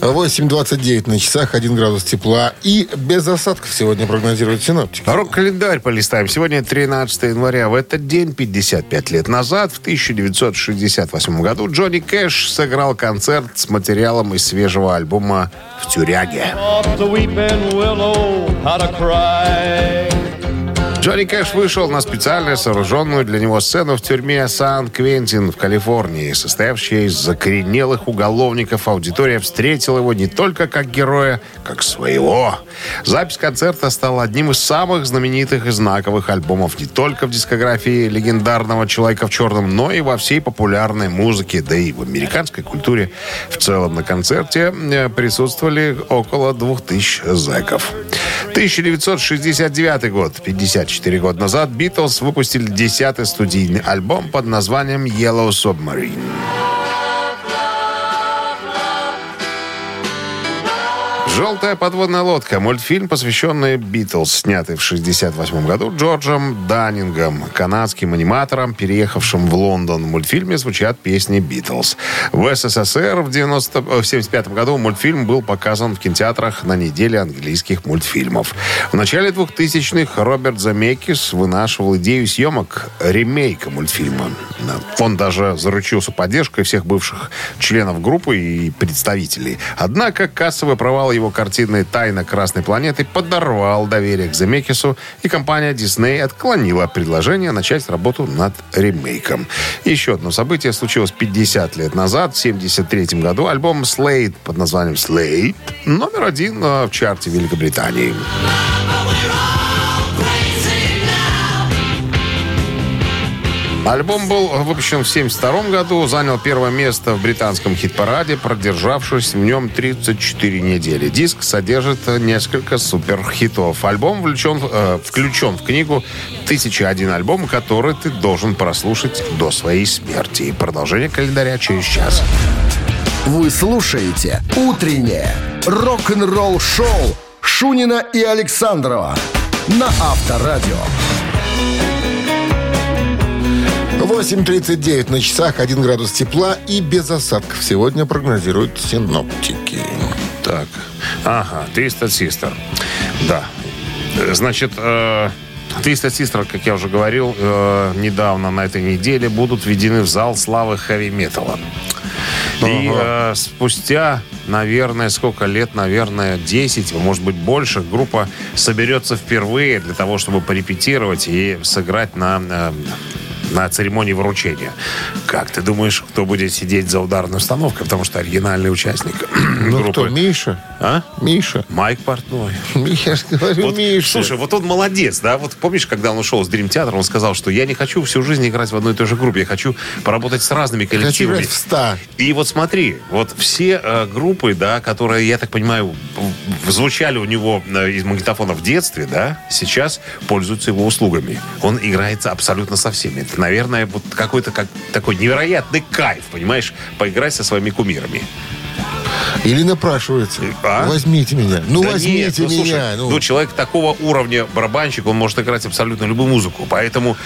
Speaker 3: 8.29 на часах, 1 градус тепла и без осадков сегодня прогнозируют синоптики.
Speaker 2: Рок-календарь полистаем. Сегодня 13 января. В этот день, 55 лет назад, в 1968 году, Джонни Кэш сыграл концерт с материалом из свежего альбома «В тюряге». Джонни Кэш вышел на специально сооруженную для него сцену в тюрьме Сан-Квентин в Калифорнии. Состоявшая из закоренелых уголовников, аудитория встретила его не только как героя, как своего. Запись концерта стала одним из самых знаменитых и знаковых альбомов не только в дискографии легендарного «Человека в черном», но и во всей популярной музыке, да и в американской культуре в целом. На концерте э, присутствовали около 2000 зэков. 1969 год, 54 года назад, Битлз выпустили 10-й студийный альбом под названием «Yellow Submarine». «Желтая подводная лодка» – мультфильм, посвященный «Битлз», снятый в 1968 году Джорджем Даннингом, канадским аниматором, переехавшим в Лондон. В мультфильме звучат песни «Битлз». В СССР в 1975 году мультфильм был показан в кинотеатрах на неделе английских мультфильмов. В начале 2000-х Роберт Замекис вынашивал идею съемок ремейка мультфильма. Он даже заручился поддержкой всех бывших членов группы и представителей. Однако кассовый провал его картины «Тайна Красной планеты» подорвал доверие к Земекису, и компания Disney отклонила предложение начать работу над ремейком. Еще одно событие случилось 50 лет назад, в 1973 году. Альбом «Slate» под названием «Slate» номер один э, в чарте Великобритании. Альбом был выпущен в 1972 году, занял первое место в британском хит-параде, продержавшись в нем 34 недели. Диск содержит э, несколько суперхитов. Альбом влечен, э, включен в книгу «1001 альбом», который ты должен прослушать до своей смерти. И Продолжение календаря через час.
Speaker 1: Вы слушаете «Утреннее рок-н-ролл-шоу» Шунина и Александрова на Авторадио.
Speaker 3: 8.39 на часах, 1 градус тепла и без осадков. Сегодня прогнозируют синоптики.
Speaker 2: Так. Ага, 300 Систер. Да. Э, Значит, э, 300 Систер, как я уже говорил, э, недавно на этой неделе будут введены в зал славы хэви-металла. И э, спустя, наверное, сколько лет, наверное, 10, может быть, больше, группа соберется впервые для того, чтобы порепетировать и сыграть на, э, на церемонии вручения. Как ты думаешь, кто будет сидеть за ударной установкой? Потому что оригинальный участник
Speaker 3: Ну
Speaker 2: группы.
Speaker 3: кто, Миша?
Speaker 2: А?
Speaker 3: Миша.
Speaker 2: Майк Портной.
Speaker 3: Я же говорю,
Speaker 2: Вот,
Speaker 3: Миша.
Speaker 2: слушай, вот он молодец, да? Вот помнишь, когда он ушел с Дрим Театра, он сказал, что я не хочу всю жизнь играть в одной и той же группе, я хочу поработать с разными
Speaker 3: хочу
Speaker 2: коллективами.
Speaker 3: играть в 100.
Speaker 2: И вот смотри, вот все э, группы, да, которые, я так понимаю, в- в- звучали у него э, из магнитофона в детстве, да, сейчас пользуются его услугами. Он играется абсолютно со всеми. Это, наверное, вот какой-то как, такой невероятный кайф, понимаешь, поиграть со своими кумирами.
Speaker 3: Или напрашивается.
Speaker 2: А?
Speaker 3: Возьмите меня. Ну,
Speaker 2: Да нет,
Speaker 3: возьмите
Speaker 2: ну, слушай,
Speaker 3: меня.
Speaker 2: ну,
Speaker 3: ну,
Speaker 2: человек такого уровня барабанщик, он может играть абсолютно любую музыку. Поэтому...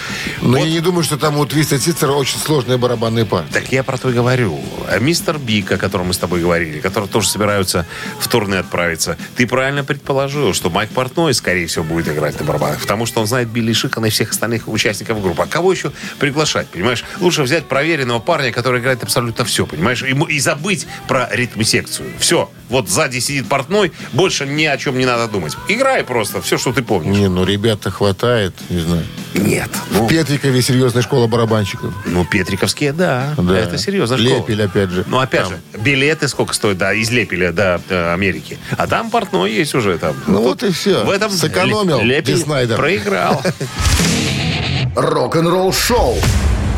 Speaker 3: но
Speaker 2: вот-
Speaker 3: Ну, я не думаю, что там у Твиста Сицера очень сложные барабанные партии.
Speaker 2: Так я про то и говорю. А Мистер Бик, о котором мы с тобой говорили, который тоже собираются в турне отправиться, ты правильно предположил, что Майк Портной, скорее всего, будет играть на барабанах, потому что он знает Билли Шикана и всех остальных участников группы. А кого еще приглашать, понимаешь? Лучше взять проверенного парня, который играет абсолютно все, понимаешь? Ему и забыть про ритм-секцию. Все. Вот сзади сидит Портной, больше ни о чем не надо думать. Играй просто все, что ты помнишь.
Speaker 3: Не, ну ребят-то хватает, не знаю.
Speaker 2: Нет.
Speaker 3: В Петрикове серьезная школа барабанщиков.
Speaker 2: Ну, Петриковские, да.
Speaker 3: Да.
Speaker 2: Это серьезно. школа.
Speaker 3: Лепель, опять же.
Speaker 2: Ну, опять же, билеты сколько стоят, да, из Лепеля до э, Америки. А там портной есть уже там.
Speaker 3: Ну, вот
Speaker 2: Тут
Speaker 3: и все.
Speaker 2: В этом
Speaker 3: Сэкономил
Speaker 2: Ле- Лепель
Speaker 3: Ди Снайдер.
Speaker 2: проиграл.
Speaker 1: Рок-н-ролл шоу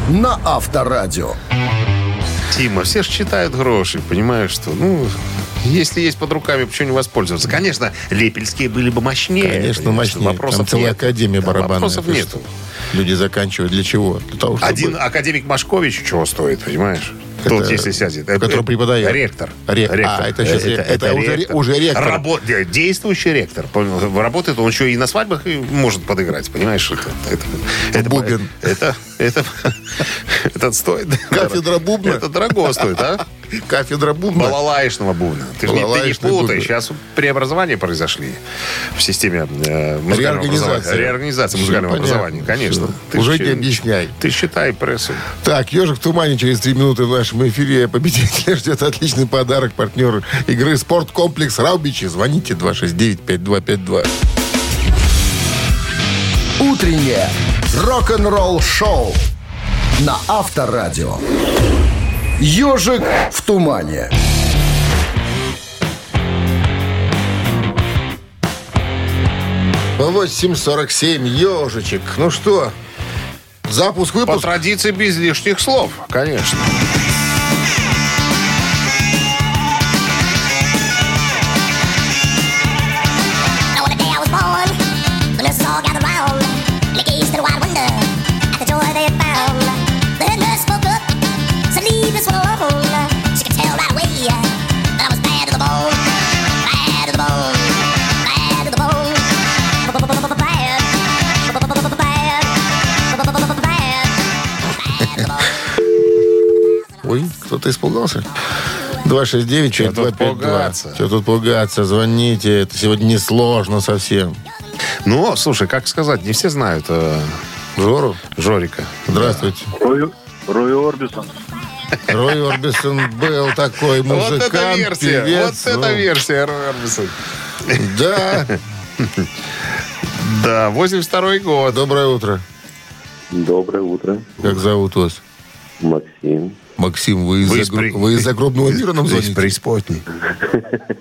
Speaker 1: на Авторадио.
Speaker 2: Тима, все же читают гроши, понимаешь, что, ну... Если есть под руками, почему не воспользоваться? Конечно, лепельские были бы мощнее.
Speaker 3: Конечно,
Speaker 2: понимаешь,
Speaker 3: мощнее.
Speaker 2: Вопросов
Speaker 3: Там целая
Speaker 2: нет.
Speaker 3: академия
Speaker 2: Да,
Speaker 3: барабанная.
Speaker 2: Вопросов
Speaker 3: Ты
Speaker 2: нет.
Speaker 3: что? Люди заканчивают для чего? Для того, чтобы...
Speaker 2: Один академик Машкович чего стоит, понимаешь?
Speaker 3: Это-
Speaker 2: Тот, если сядет. Это-
Speaker 3: который преподает.
Speaker 2: Ректор.
Speaker 3: Ре- а, это сейчас ре- это уже ре- уже ректор.
Speaker 2: Рабо- де- действующий ректор. Понял? Работает он еще и на свадьбах и может подыграть, понимаешь? Это, это, это-
Speaker 3: Бубен.
Speaker 2: Это, это, это стоит.
Speaker 3: Кафедра бубна?
Speaker 2: Это дорого стоит, а?
Speaker 3: Кафедра бубна.
Speaker 2: Балалаечного бубна. Ты, же не- ты не
Speaker 3: Балалаечный
Speaker 2: путай.
Speaker 3: бубен.
Speaker 2: Сейчас преобразования произошли в системе э, музыкального
Speaker 3: Реорганизация.
Speaker 2: образования. Реорганизация музыкального
Speaker 3: Всё понятно.
Speaker 2: образования, конечно.
Speaker 3: Всё.
Speaker 2: Ты
Speaker 3: Уже
Speaker 2: же-
Speaker 3: не объясняй.
Speaker 2: Ты считай прессу.
Speaker 3: Так, «Ежик в тумане» через три минуты в нашем эфире. Победителя ждет отличный подарок партнеру игры «Спорткомплекс Раубичи». Звоните 269-5252.
Speaker 1: Утреннее рок-н-ролл шоу на Авторадио. Ежик в тумане.
Speaker 3: 8.47, «Ежичек». Ну что, запуск
Speaker 2: По
Speaker 3: выпуска.
Speaker 2: традиции без лишних слов, конечно.
Speaker 5: Now the day I was born, the nurses all gathered round. They gazed in wide wonder at the joy they had found. The head nurse spoke up, said, Leave this one alone. She could tell right away uh, that I was bad to the bone. Bad to the bone. Bad to the bone. Bad. Bad. Bad to the bone.
Speaker 3: Ой, кто-то испугался. 269
Speaker 2: Чё тут
Speaker 3: 5252
Speaker 2: пугаться?
Speaker 3: Что тут пугаться? Звоните. Это сегодня несложно совсем.
Speaker 2: Ну, слушай, как сказать, не все знают э,
Speaker 3: Жору,
Speaker 2: Жорика.
Speaker 3: здравствуйте.
Speaker 8: Рой, Рой Орбисон.
Speaker 3: Рой Орбисон был такой музыкант,
Speaker 2: вот это версия,
Speaker 3: певец,
Speaker 2: вот
Speaker 3: ну,
Speaker 2: это версия, Робинсон.
Speaker 3: Да,
Speaker 2: Да, 82 год.
Speaker 3: доброе утро.
Speaker 8: Доброе утро,
Speaker 3: Как зовут вас?
Speaker 8: Максим.
Speaker 3: Максим, вы из,
Speaker 2: Вы из
Speaker 3: загру-
Speaker 2: при-
Speaker 3: вы из загробного мира нам
Speaker 2: Здесь
Speaker 3: звоните?
Speaker 2: преисподней.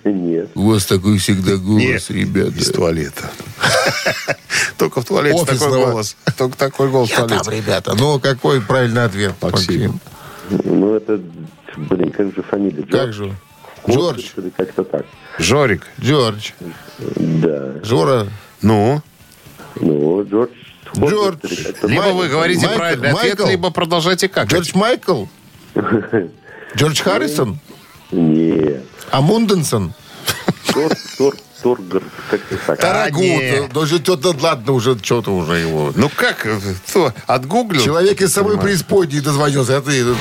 Speaker 8: Нет.
Speaker 3: У вас такой всегда голос,
Speaker 2: Нет,
Speaker 3: ребята.
Speaker 2: из туалета. Только в туалете такой
Speaker 3: Офисного.
Speaker 2: голос. Только такой голос в
Speaker 3: Что там,
Speaker 2: туалете.
Speaker 3: ребята? Ну, какой правильный ответ, Максим?
Speaker 2: Максим.
Speaker 8: Ну, это, блин, как же фамилия?
Speaker 3: Как же? Джордж,
Speaker 8: Или как-то так.
Speaker 2: Жорик,
Speaker 3: Джордж,
Speaker 8: Да.
Speaker 3: Жора,
Speaker 2: ну?
Speaker 8: Ну, Джордж. Хорбис
Speaker 3: Джордж.
Speaker 8: или как-то
Speaker 2: Либо
Speaker 3: Майкл-
Speaker 2: вы говорите
Speaker 3: Майкл-
Speaker 2: правильный ответ,
Speaker 3: Майкл?
Speaker 2: либо продолжайте как.
Speaker 3: Джордж Майкл, Джордж Харрисон, А
Speaker 8: так. Нет.
Speaker 3: Амунденсон,
Speaker 8: Тор, Тор, Торгар, как-то так.
Speaker 3: Тарагут.
Speaker 2: А, нет.
Speaker 3: Даже то ладно, Ну, уже что-то уже его.
Speaker 2: Ну как, э, кто? Отгуглил?
Speaker 3: Человек из самой преисподней дозвонился, а ты...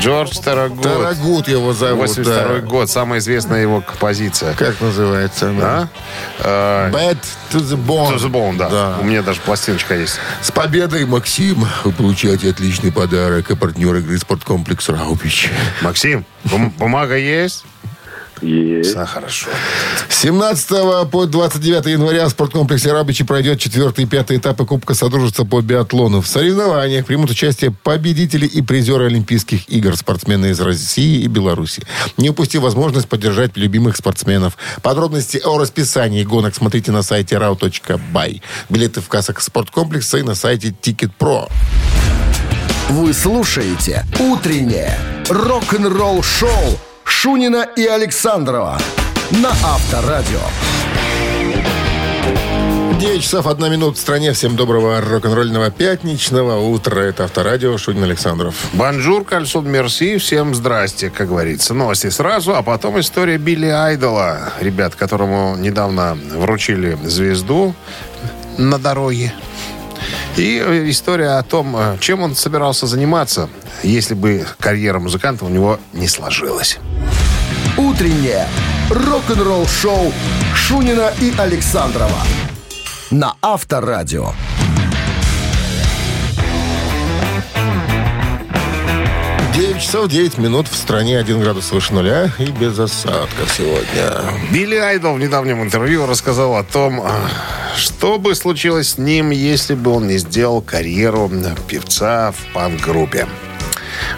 Speaker 2: Джордж Тарагут.
Speaker 3: Тарагут его зовут.
Speaker 2: 82
Speaker 3: Ну да.
Speaker 2: год, самая известная его композиция.
Speaker 3: Как называется она?
Speaker 2: Да? Э,
Speaker 3: Bad to the bone.
Speaker 2: To the Bone, да.
Speaker 3: Да.
Speaker 2: У меня даже пластиночка есть.
Speaker 3: С победой, Максим! Вы получаете отличный подарок от партнера игры «Спорткомплекс Раубич».
Speaker 2: Максим, бум- бумага есть?
Speaker 8: Есть.
Speaker 2: Да, хорошо.
Speaker 3: С 17 по 29 января в спорткомплексе «Раубичи» пройдет четвертый и пятый этапы Кубка Содружества по биатлону. В соревнованиях примут участие победители и призеры Олимпийских игр, спортсмены из России и Беларуси. Не упусти возможность поддержать любимых спортсменов. Подробности о расписании гонок смотрите на сайте rau.by. Билеты в кассах спорткомплекса и на сайте Ticket.pro.
Speaker 1: Вы слушаете «Утреннее рок-н-ролл-шоу» Шунина и Александрова на Авторадио.
Speaker 3: 9 часов 1 минута в стране. Всем доброго рок-н-ролльного пятничного утра. Это Авторадио Шунин Александров.
Speaker 2: Бонжур, кальсон, мерси, всем здрасте, как говорится. Новости сразу, а потом история Билли Айдола, ребят, которому недавно вручили звезду на дороге. И э, история о том, э, чем он собирался заниматься, если бы карьера музыканта у него не сложилась.
Speaker 1: Утреннее рок-н-ролл-шоу Шунина и Александрова на Авторадио.
Speaker 3: 9 часов 9 минут в стране 1 градус выше нуля и без осадков сегодня.
Speaker 2: Билли Айдол в недавнем интервью рассказал о том, э, что бы случилось с ним, если бы он не сделал карьеру э, певца в панк-группе.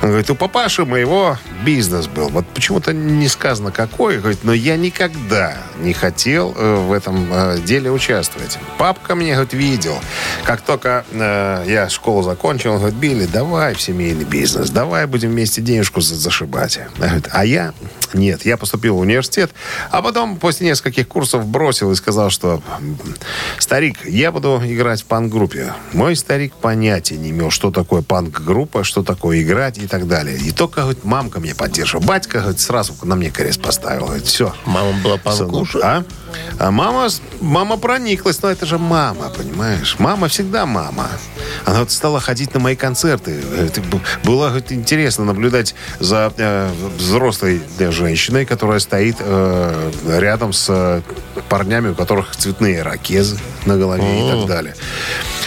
Speaker 2: Он говорит, у папаши моего бизнес был. Вот почему-то не сказано какой. Говорит, но я никогда не хотел э, в этом э, деле участвовать. Папка меня, говорит, видел. Как только э, я школу закончил, он говорит, Билли, давай в семейный бизнес, давай будем вместе денежку за- зашибать. Она говорит, а я? Нет, я поступил в университет, а потом после нескольких курсов бросил и сказал, что м, старик, я буду играть в панк-группе. Мой старик понятия не имел, что такое панк-группа, что такое играть и так далее. И только, говорит, мамка меня поддерживала. Батька, говорит, сразу на мне крест поставил. Говорит, все,
Speaker 3: Мама была панкуша.
Speaker 2: Слушай, А? А мама, с- мама прониклась, но это же мама, понимаешь? Мама всегда мама. Она вот стала ходить на мои концерты. Это б- было говорит, интересно наблюдать за э, взрослой э, женщиной, которая стоит э, рядом с э, парнями, у которых цветные ракезы на голове и так далее.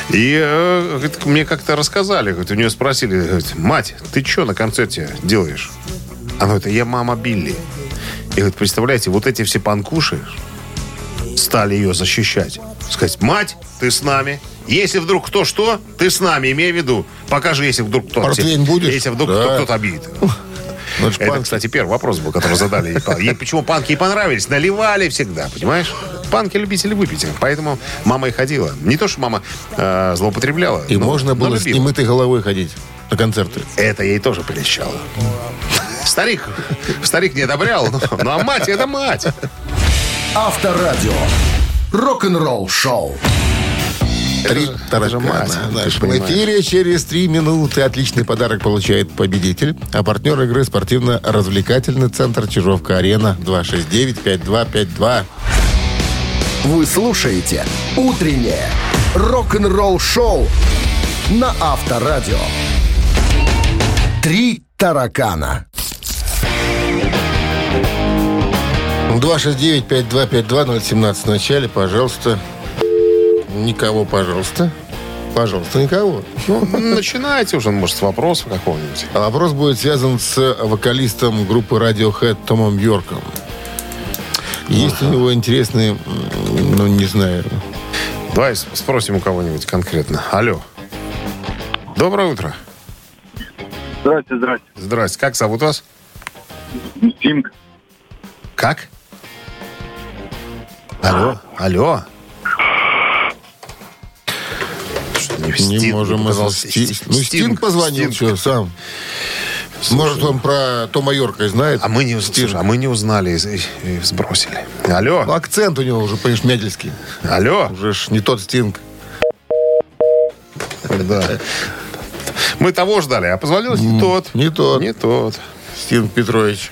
Speaker 2: И э, говорит, мне как-то рассказали, говорит, у нее спросили, говорит, мать, ты что на концерте делаешь? Она говорит, я мама Билли. И говорит, представляете, вот эти все панкуши стали ее защищать. Сказать, мать, ты с нами. Если вдруг кто что, ты с нами, имей в виду. Покажи, если вдруг кто-то...
Speaker 3: Портвейн будешь?
Speaker 2: Если вдруг
Speaker 3: Да.
Speaker 2: кто- кто-то обидит.
Speaker 3: Ну, это ж
Speaker 2: Это,
Speaker 3: панк.
Speaker 2: кстати, первый вопрос был, который задали. ей пан- Ей почему панки и понравились? Наливали всегда, понимаешь? Панки любители выпить. Поэтому мама и ходила. Не то, что мама э, злоупотребляла.
Speaker 3: И
Speaker 2: но-
Speaker 3: можно
Speaker 2: но
Speaker 3: было с
Speaker 2: любила.
Speaker 3: немытой головой ходить на концерты.
Speaker 2: Это ей тоже полегчало. Старик, старик не одобрял, но, ну, а мать это мать.
Speaker 1: Авторадио. Рок-н-ролл-шоу.
Speaker 3: Три таракана.
Speaker 2: мать,
Speaker 3: Знаешь,
Speaker 2: ты
Speaker 3: в
Speaker 2: понимаешь.
Speaker 3: эфире через три минуты. Отличный подарок получает победитель. А партнер игры спортивно-развлекательный центр Чижовка-Арена 269-5252.
Speaker 1: Вы слушаете «Утреннее рок-н-ролл-шоу» на Авторадио. «Три таракана».
Speaker 3: 269-5252-017 в начале, пожалуйста. Никого, пожалуйста. Пожалуйста, никого.
Speaker 2: Ну, начинайте уже, может, с вопроса какого-нибудь.
Speaker 3: А вопрос будет связан с вокалистом группы Radiohead Томом Йорком. Есть у него интересные, м, ну, не знаю,
Speaker 2: Давай с- спросим у кого-нибудь конкретно. Алло. Доброе утро.
Speaker 8: Здрасте, здрасте.
Speaker 2: Здрасте. Как зовут вас?
Speaker 8: Тимка.
Speaker 2: Как? Алло. Алло. Что-то мне
Speaker 3: Не
Speaker 2: Стинг
Speaker 3: можем мы
Speaker 2: показался.
Speaker 3: Сти-
Speaker 2: Сти-
Speaker 3: Ну, Стинг позвонил,
Speaker 2: Стинг.
Speaker 3: что,
Speaker 2: ну.
Speaker 3: сам. Может, он про Тома Йорка знает?
Speaker 2: А мы не, уз-
Speaker 3: Стинг.
Speaker 2: слушай, а мы не узнали и, и- и сбросили. Алло.
Speaker 3: Акцент у него уже, понимаешь, мядельский.
Speaker 2: Алло.
Speaker 3: Уже ж не тот Стинг.
Speaker 2: Да. Мы того ждали, а позвонил не тот.
Speaker 3: не тот.
Speaker 2: Не тот.
Speaker 3: Стинг Петрович.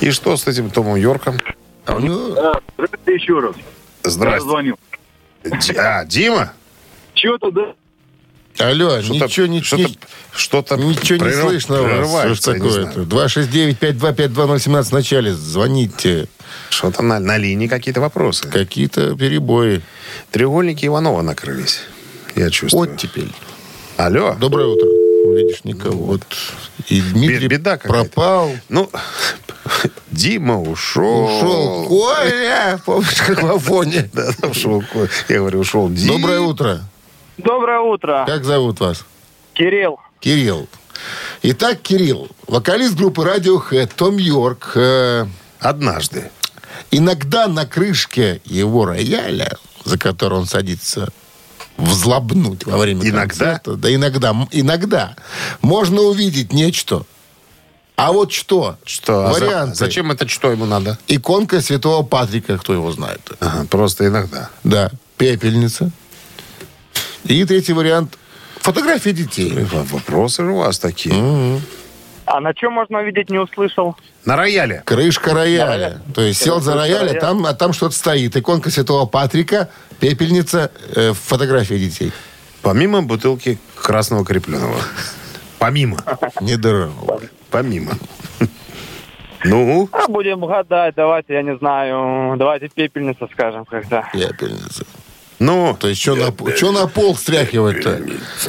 Speaker 2: И что с этим Томом Йорком?
Speaker 3: А у него...
Speaker 8: Здрасте еще раз.
Speaker 2: Здравствуйте.
Speaker 8: Позвонил.
Speaker 2: Ди- А, Дима?
Speaker 8: Чего-то, да?
Speaker 3: Алло,
Speaker 2: Что-то-
Speaker 3: ничего, не,
Speaker 2: что-то,
Speaker 3: ни-
Speaker 2: что-то
Speaker 3: ничего не
Speaker 2: прерыв-
Speaker 3: слышно у вас. Что ж
Speaker 2: прерывается, я не
Speaker 3: такое-то?
Speaker 2: знаю.
Speaker 3: 269-525-2017 в начале. Звоните.
Speaker 2: Что-то на, на линии какие-то вопросы.
Speaker 3: Какие-то перебои.
Speaker 2: Треугольники Иванова накрылись. Я чувствую.
Speaker 3: Вот теперь.
Speaker 2: Алло.
Speaker 3: Доброе утро. Видишь, никого. Вот. И Дмитрий
Speaker 2: беда какая-то.
Speaker 3: пропал.
Speaker 2: Ну, Дима ушел.
Speaker 3: Ушел Коля. Помнишь, как в Афоне?
Speaker 2: Да, да, ушел. Коля. Я говорю, ушел Дима.
Speaker 3: Доброе утро.
Speaker 4: Доброе утро,
Speaker 3: Как зовут вас?
Speaker 4: Кирилл.
Speaker 3: Кирилл. Итак, Кирилл, вокалист группы Radiohead Том Йорк э,
Speaker 2: Однажды.
Speaker 3: иногда на крышке его рояля, за который он садится взлобнуть во время
Speaker 2: Иногда?
Speaker 3: концерта, да иногда, м- иногда можно увидеть нечто. А вот что?
Speaker 2: Что? а за-
Speaker 3: Варианты.
Speaker 2: зачем это что ему надо?
Speaker 3: Иконка Святого Патрика, кто его знает.
Speaker 2: Ага, просто иногда.
Speaker 3: Да, пепельница, И третий вариант – фотографии детей.
Speaker 2: В- Вопросы же у вас такие.
Speaker 4: А на чем можно увидеть, не услышал?
Speaker 2: На рояле.
Speaker 3: Крышка рояля. То есть сел за рояль, а там, а там что-то стоит. Иконка Святого Патрика, пепельница, э, фотографии детей.
Speaker 2: Помимо бутылки красного крепленого. Помимо.
Speaker 3: Не дыра.
Speaker 2: Помимо. Ну,
Speaker 4: А будем гадать, давайте, я не знаю, давайте пепельница скажем когда.
Speaker 3: Пепельница.
Speaker 2: ну,
Speaker 3: То есть что на, пол- чё на пол стряхивать-то?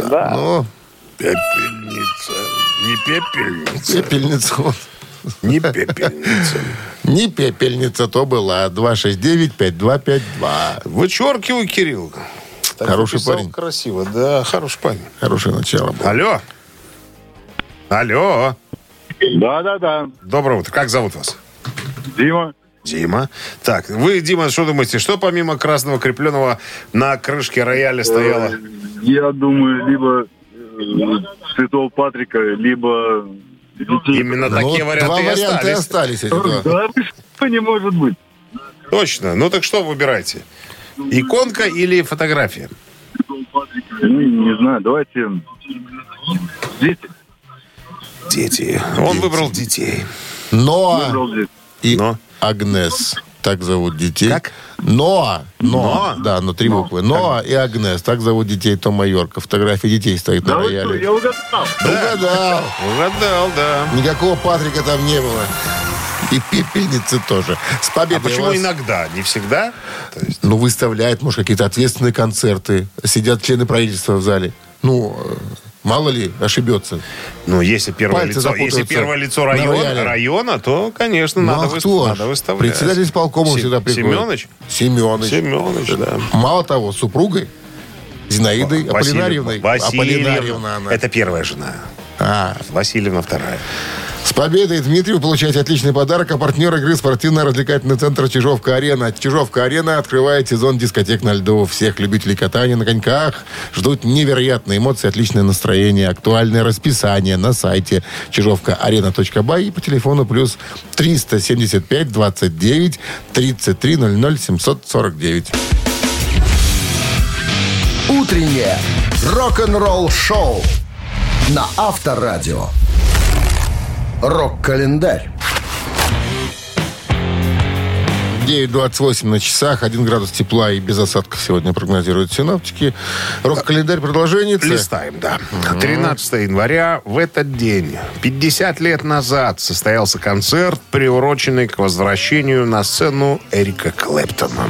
Speaker 4: Да.
Speaker 3: Ну,
Speaker 2: пепельница. Не пепельница.
Speaker 3: пепельница. вот.
Speaker 2: Не пепельница.
Speaker 3: Не пепельница то была. 269-5252.
Speaker 2: Вычеркиваю, Кирилл. Так
Speaker 3: Хороший
Speaker 2: написал
Speaker 3: парень.
Speaker 2: Красиво, да, хороший парень.
Speaker 3: Хорошее начало было.
Speaker 2: Алло. Алло.
Speaker 8: Да-да-да,
Speaker 2: Доброе утро. Как зовут вас?
Speaker 8: Дима.
Speaker 2: Дима. Так, вы, Дима, что думаете, что помимо красного крепленного на крышке рояля стояло?
Speaker 8: Э, Я думаю, либо э, Святого Патрика, либо детей.
Speaker 2: Именно
Speaker 3: Ну,
Speaker 2: такие
Speaker 3: вот
Speaker 2: варианты,
Speaker 3: два
Speaker 2: и
Speaker 3: варианта и
Speaker 2: остались.
Speaker 3: остались. эти два.
Speaker 8: Да ты что не может быть?
Speaker 2: Точно. Ну так что выбирайте? Иконка или фотография?
Speaker 8: Не, Ну, не знаю, давайте... Дети.
Speaker 2: Дети. Он выбрал детей.
Speaker 3: Ноа
Speaker 8: Выбрал здесь.
Speaker 3: и
Speaker 2: Но.
Speaker 3: Агнес. Так зовут детей.
Speaker 2: Как?
Speaker 3: Ноа. Ноа.
Speaker 2: Ноа?
Speaker 3: Да, но три буквы. Ноа и Агнес. Так зовут детей Тома Йорка. Фотографии детей стоит
Speaker 8: Да
Speaker 3: на
Speaker 8: вы что,
Speaker 3: рояле.
Speaker 8: я угадал.
Speaker 3: Угадал.
Speaker 2: Угадал, да.
Speaker 3: Никакого Патрика там не было. И пепельницы тоже. С
Speaker 2: А
Speaker 3: победой
Speaker 2: почему
Speaker 3: вас.
Speaker 2: иногда? Не всегда? То есть,
Speaker 3: Ну, выставляет, может, какие-то ответственные концерты. Сидят члены правительства в зале. Ну, э, мало ли, ошибется.
Speaker 2: ну, если первое
Speaker 3: Пальцы
Speaker 2: лицо,
Speaker 3: запутаются
Speaker 2: если первое лицо
Speaker 3: на
Speaker 2: район-
Speaker 3: рояле.
Speaker 2: района, то, конечно,
Speaker 3: Ну,
Speaker 2: надо,
Speaker 3: а
Speaker 2: выс-
Speaker 3: кто ж?
Speaker 2: надо выставлять.
Speaker 3: Председатель исполкома
Speaker 2: Се-
Speaker 3: сюда приходит.
Speaker 2: Семенович?
Speaker 3: Семенович.
Speaker 2: Семенович, да.
Speaker 3: Мало того, с супругой Зинаидой Аполлинарьевной.
Speaker 2: Васильевна.
Speaker 3: Аполлинарьевна она.
Speaker 2: Это первая жена.
Speaker 3: А,
Speaker 2: Васильевна вторая.
Speaker 3: С победой, Дмитрий, вы получаете отличный подарок. А партнер игры спортивно-развлекательный центр «Чижовка-арена». «Чижовка-арена» открывает сезон дискотек на льду. Всех любителей катания на коньках ждут невероятные эмоции, отличное настроение, актуальное расписание на сайте чижовкаарена.бай и по телефону плюс 375 29 33 00 749.
Speaker 1: Утреннее рок-н-ролл-шоу на Авторадио. Рок-календарь.
Speaker 3: 9.28 на часах, 1 градус тепла и без осадков сегодня прогнозируют синоптики. Рок-календарь продолжение.
Speaker 2: Листаем, да. 13 января в этот день, 50 лет назад, состоялся концерт, приуроченный к возвращению на сцену Эрика Клэптона.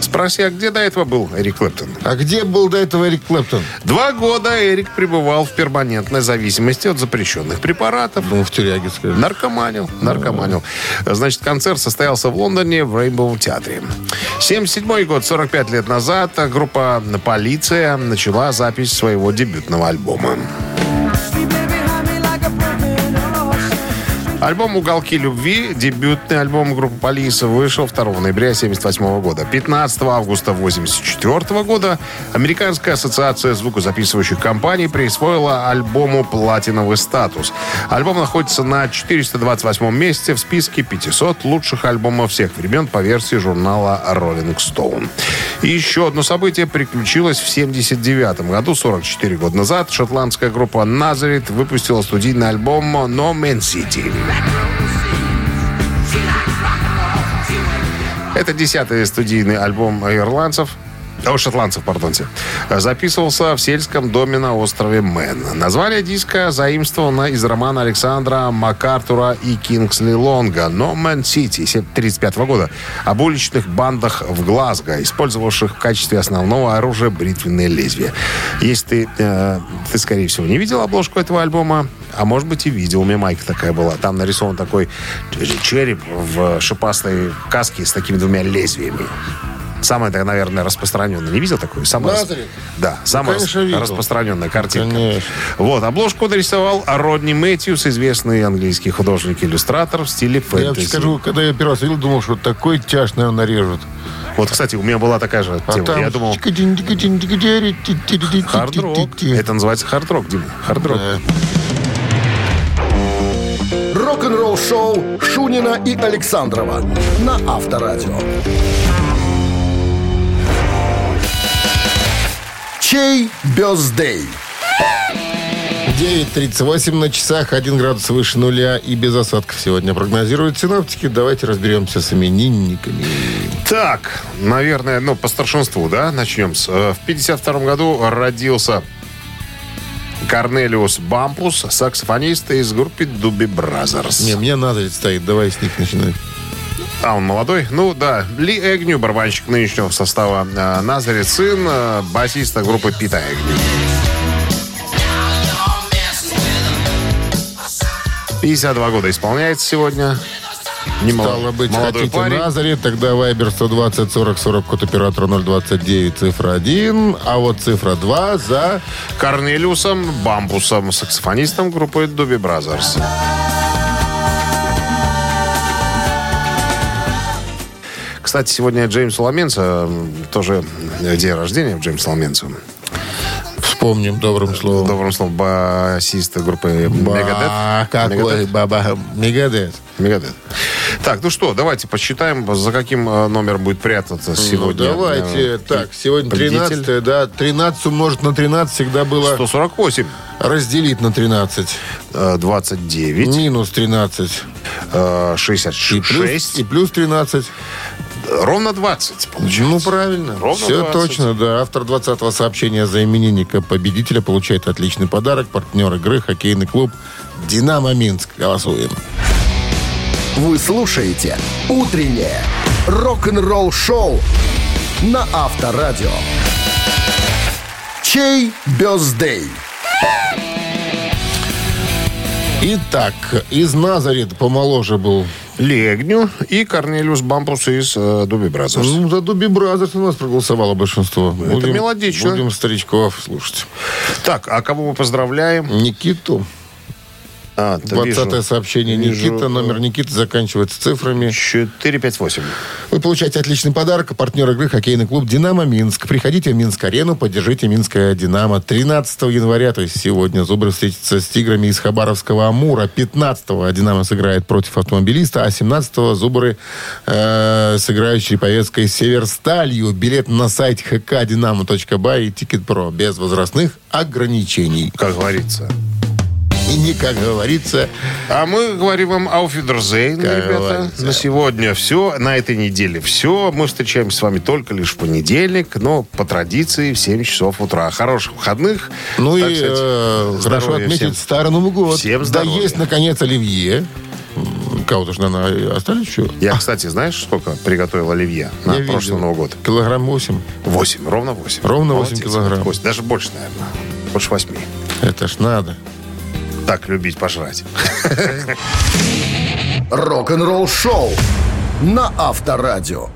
Speaker 2: Спроси, а где до этого был Эрик Клэптон?
Speaker 3: А где был до этого Эрик Клэптон?
Speaker 2: Два года Эрик пребывал в перманентной зависимости от запрещенных препаратов.
Speaker 3: Ну, в тюряге, скажем.
Speaker 2: Наркоманил, наркоманил. Значит, концерт состоялся в Лондоне в Рейнбоу театре. 77 год, 45 лет назад, группа «Полиция» начала запись своего дебютного альбома. Альбом «Уголки любви», дебютный альбом группы «Полиса» вышел 2 ноября 1978 года. 15 августа 1984 года Американская ассоциация звукозаписывающих компаний присвоила альбому «Платиновый статус». Альбом находится на 428 месте в списке 500 лучших альбомов всех времен по версии журнала Rolling Stone. И еще одно событие приключилось в 1979 году, 44 года назад. Шотландская группа Nazareth выпустила студийный альбом «No Man City». Это десятый студийный альбом ирландцев. О, шотландцев, пардонте. Записывался в сельском доме на острове Мэн. Название диска заимствовано из романа Александра Макартура и Кингсли Лонга «No Man City» 1935 года об уличных бандах в Глазго, использовавших в качестве основного оружия бритвенные лезвия. Если ты, э, ты, скорее всего, не видел обложку этого альбома, а может быть и видел, у меня майка такая была. Там нарисован такой череп в шипастой каске с такими двумя лезвиями. Самое, да, наверное, распространенное. Не видел такое? Самое рас-
Speaker 3: Лазарев?
Speaker 2: Да, самая рас-
Speaker 3: Ну, конечно, видел.
Speaker 2: распространенная картинка.
Speaker 3: Конечно.
Speaker 2: Вот, обложку нарисовал Родни Мэтьюс, известный английский художник-иллюстратор в стиле фэнтези.
Speaker 3: Я вам скажу, когда я первый раз видел, думал, что такой тяж, наверное, нарежут.
Speaker 2: Вот, кстати, у меня была такая же
Speaker 3: А
Speaker 2: тема.
Speaker 3: там...
Speaker 2: Я думал, хард-рок. Это называется хард-рок, Дима. Хард-рок.
Speaker 3: Э,
Speaker 1: Рок-н-ролл-шоу Шунина и Александрова на Авторадио. Чей бездей?
Speaker 3: 9.38 на часах, 1 градус выше нуля и без осадков сегодня прогнозируют синоптики. Давайте разберемся с именинниками.
Speaker 2: Так, наверное, ну, по старшинству, да, начнем. с, э, В 52 году родился Корнелиус Бампус, саксофонист из группы Дуби Бразерс.
Speaker 3: Не, мне надо ведь стоит, давай с них начинать.
Speaker 2: А он молодой? Ну да. Ли Эгню, барабанщик нынешнего состава э, Назарет, сын э, басиста группы Пита Эгню. 52 года исполняется сегодня. Не мало-
Speaker 3: Стало быть,
Speaker 2: молодой
Speaker 3: хотите
Speaker 2: парень.
Speaker 3: Назарет, тогда Вайбер 120 40 40, код оператора 029, цифра 1, а вот цифра 2 за...
Speaker 2: Корнелиусом Бамбусом, саксофонистом группы Дуби Бразерс. Кстати, сегодня Джеймс Ломенца, м, тоже э, день рождения Джеймса Ломенца.
Speaker 3: Вспомним добрым словом.
Speaker 2: Добрым словом, басиста группы
Speaker 3: Ба,
Speaker 2: Мегадет.
Speaker 3: какой баба. Мегадет.
Speaker 2: Мегадет. Так, ну что, давайте посчитаем, за каким э, номером будет прятаться сегодня.
Speaker 3: Ну, давайте.
Speaker 2: э,
Speaker 3: так, сегодня
Speaker 2: победитель.
Speaker 3: 13 да. 13 умножить на 13 всегда
Speaker 2: Э,
Speaker 3: было
Speaker 2: 148,
Speaker 3: разделить на 13.
Speaker 2: э, 29,
Speaker 3: Минус 13.
Speaker 2: э,
Speaker 3: И плюс,
Speaker 2: 66,
Speaker 3: и плюс 13.
Speaker 2: ровно 20 получается.
Speaker 3: Ну, правильно.
Speaker 2: Ровно
Speaker 3: Все
Speaker 2: 20.
Speaker 3: точно, да. Автор 20-го сообщения за именинника победителя получает отличный подарок. Партнер игры хоккейный клуб «Динамо Минск». Голосуем.
Speaker 1: Вы слушаете «Утреннее рок-н-ролл-шоу» на Авторадио. Чей бездей?
Speaker 3: Итак, из Назарет помоложе был.
Speaker 2: Легню и Корнелиус Бампус из э, Дуби Бразерс.
Speaker 3: Ну, за Дуби Бразерс у нас проголосовало большинство. Это
Speaker 2: мелодично.
Speaker 3: Будем старичков слушать.
Speaker 2: Так, а кого мы поздравляем?
Speaker 3: Никиту.
Speaker 2: А, ты
Speaker 3: 20
Speaker 2: вижу.
Speaker 3: сообщение
Speaker 2: Вижу,
Speaker 3: Никита.
Speaker 2: э,
Speaker 3: Номер Никиты заканчивается цифрами.
Speaker 2: 458.
Speaker 3: Вы получаете отличный подарок. Партнер игры хоккейный клуб «Динамо Минск». Приходите в Минск-арену, поддержите «Минское Динамо». 13 января, то есть сегодня, «Зубры» встретятся с «Тиграми» из Хабаровского Амура. 15 «Динамо» сыграет против «Автомобилиста», а 17 «Зубры» э, сыграют с «Череповецкой Северсталью». Билет на сайте hkdinamo.by и «Тикет.Про» без возрастных ограничений.
Speaker 2: Как говорится.
Speaker 3: И не, как говорится,
Speaker 2: А мы говорим вам Ауфидерзейн,
Speaker 3: Как
Speaker 2: ребята.
Speaker 3: говорится.
Speaker 2: На сегодня все. На этой неделе все. Мы встречаемся с вами только лишь в понедельник, но по традиции в 7 часов утра. Хороших выходных.
Speaker 3: Ну
Speaker 2: Так
Speaker 3: и
Speaker 2: сказать,
Speaker 3: э, хорошо
Speaker 2: здоровья
Speaker 3: отметить
Speaker 2: всем.
Speaker 3: Старый Новый год.
Speaker 2: Всем
Speaker 3: да
Speaker 2: здоровья.
Speaker 3: есть, наконец, оливье. М, Кого-то же, наверное, остались еще?
Speaker 2: Я, кстати, знаешь, сколько приготовил оливье на
Speaker 3: Я
Speaker 2: прошлый
Speaker 3: видел.
Speaker 2: Новый год?
Speaker 3: Килограмм 8.
Speaker 2: 8, ровно 8.
Speaker 3: Ровно восемь килограмм.
Speaker 2: Даже больше, наверное. Больше 8.
Speaker 3: Это ж надо.
Speaker 2: Так любить пожрать.
Speaker 1: Рок-н-ролл-шоу на Авторадио.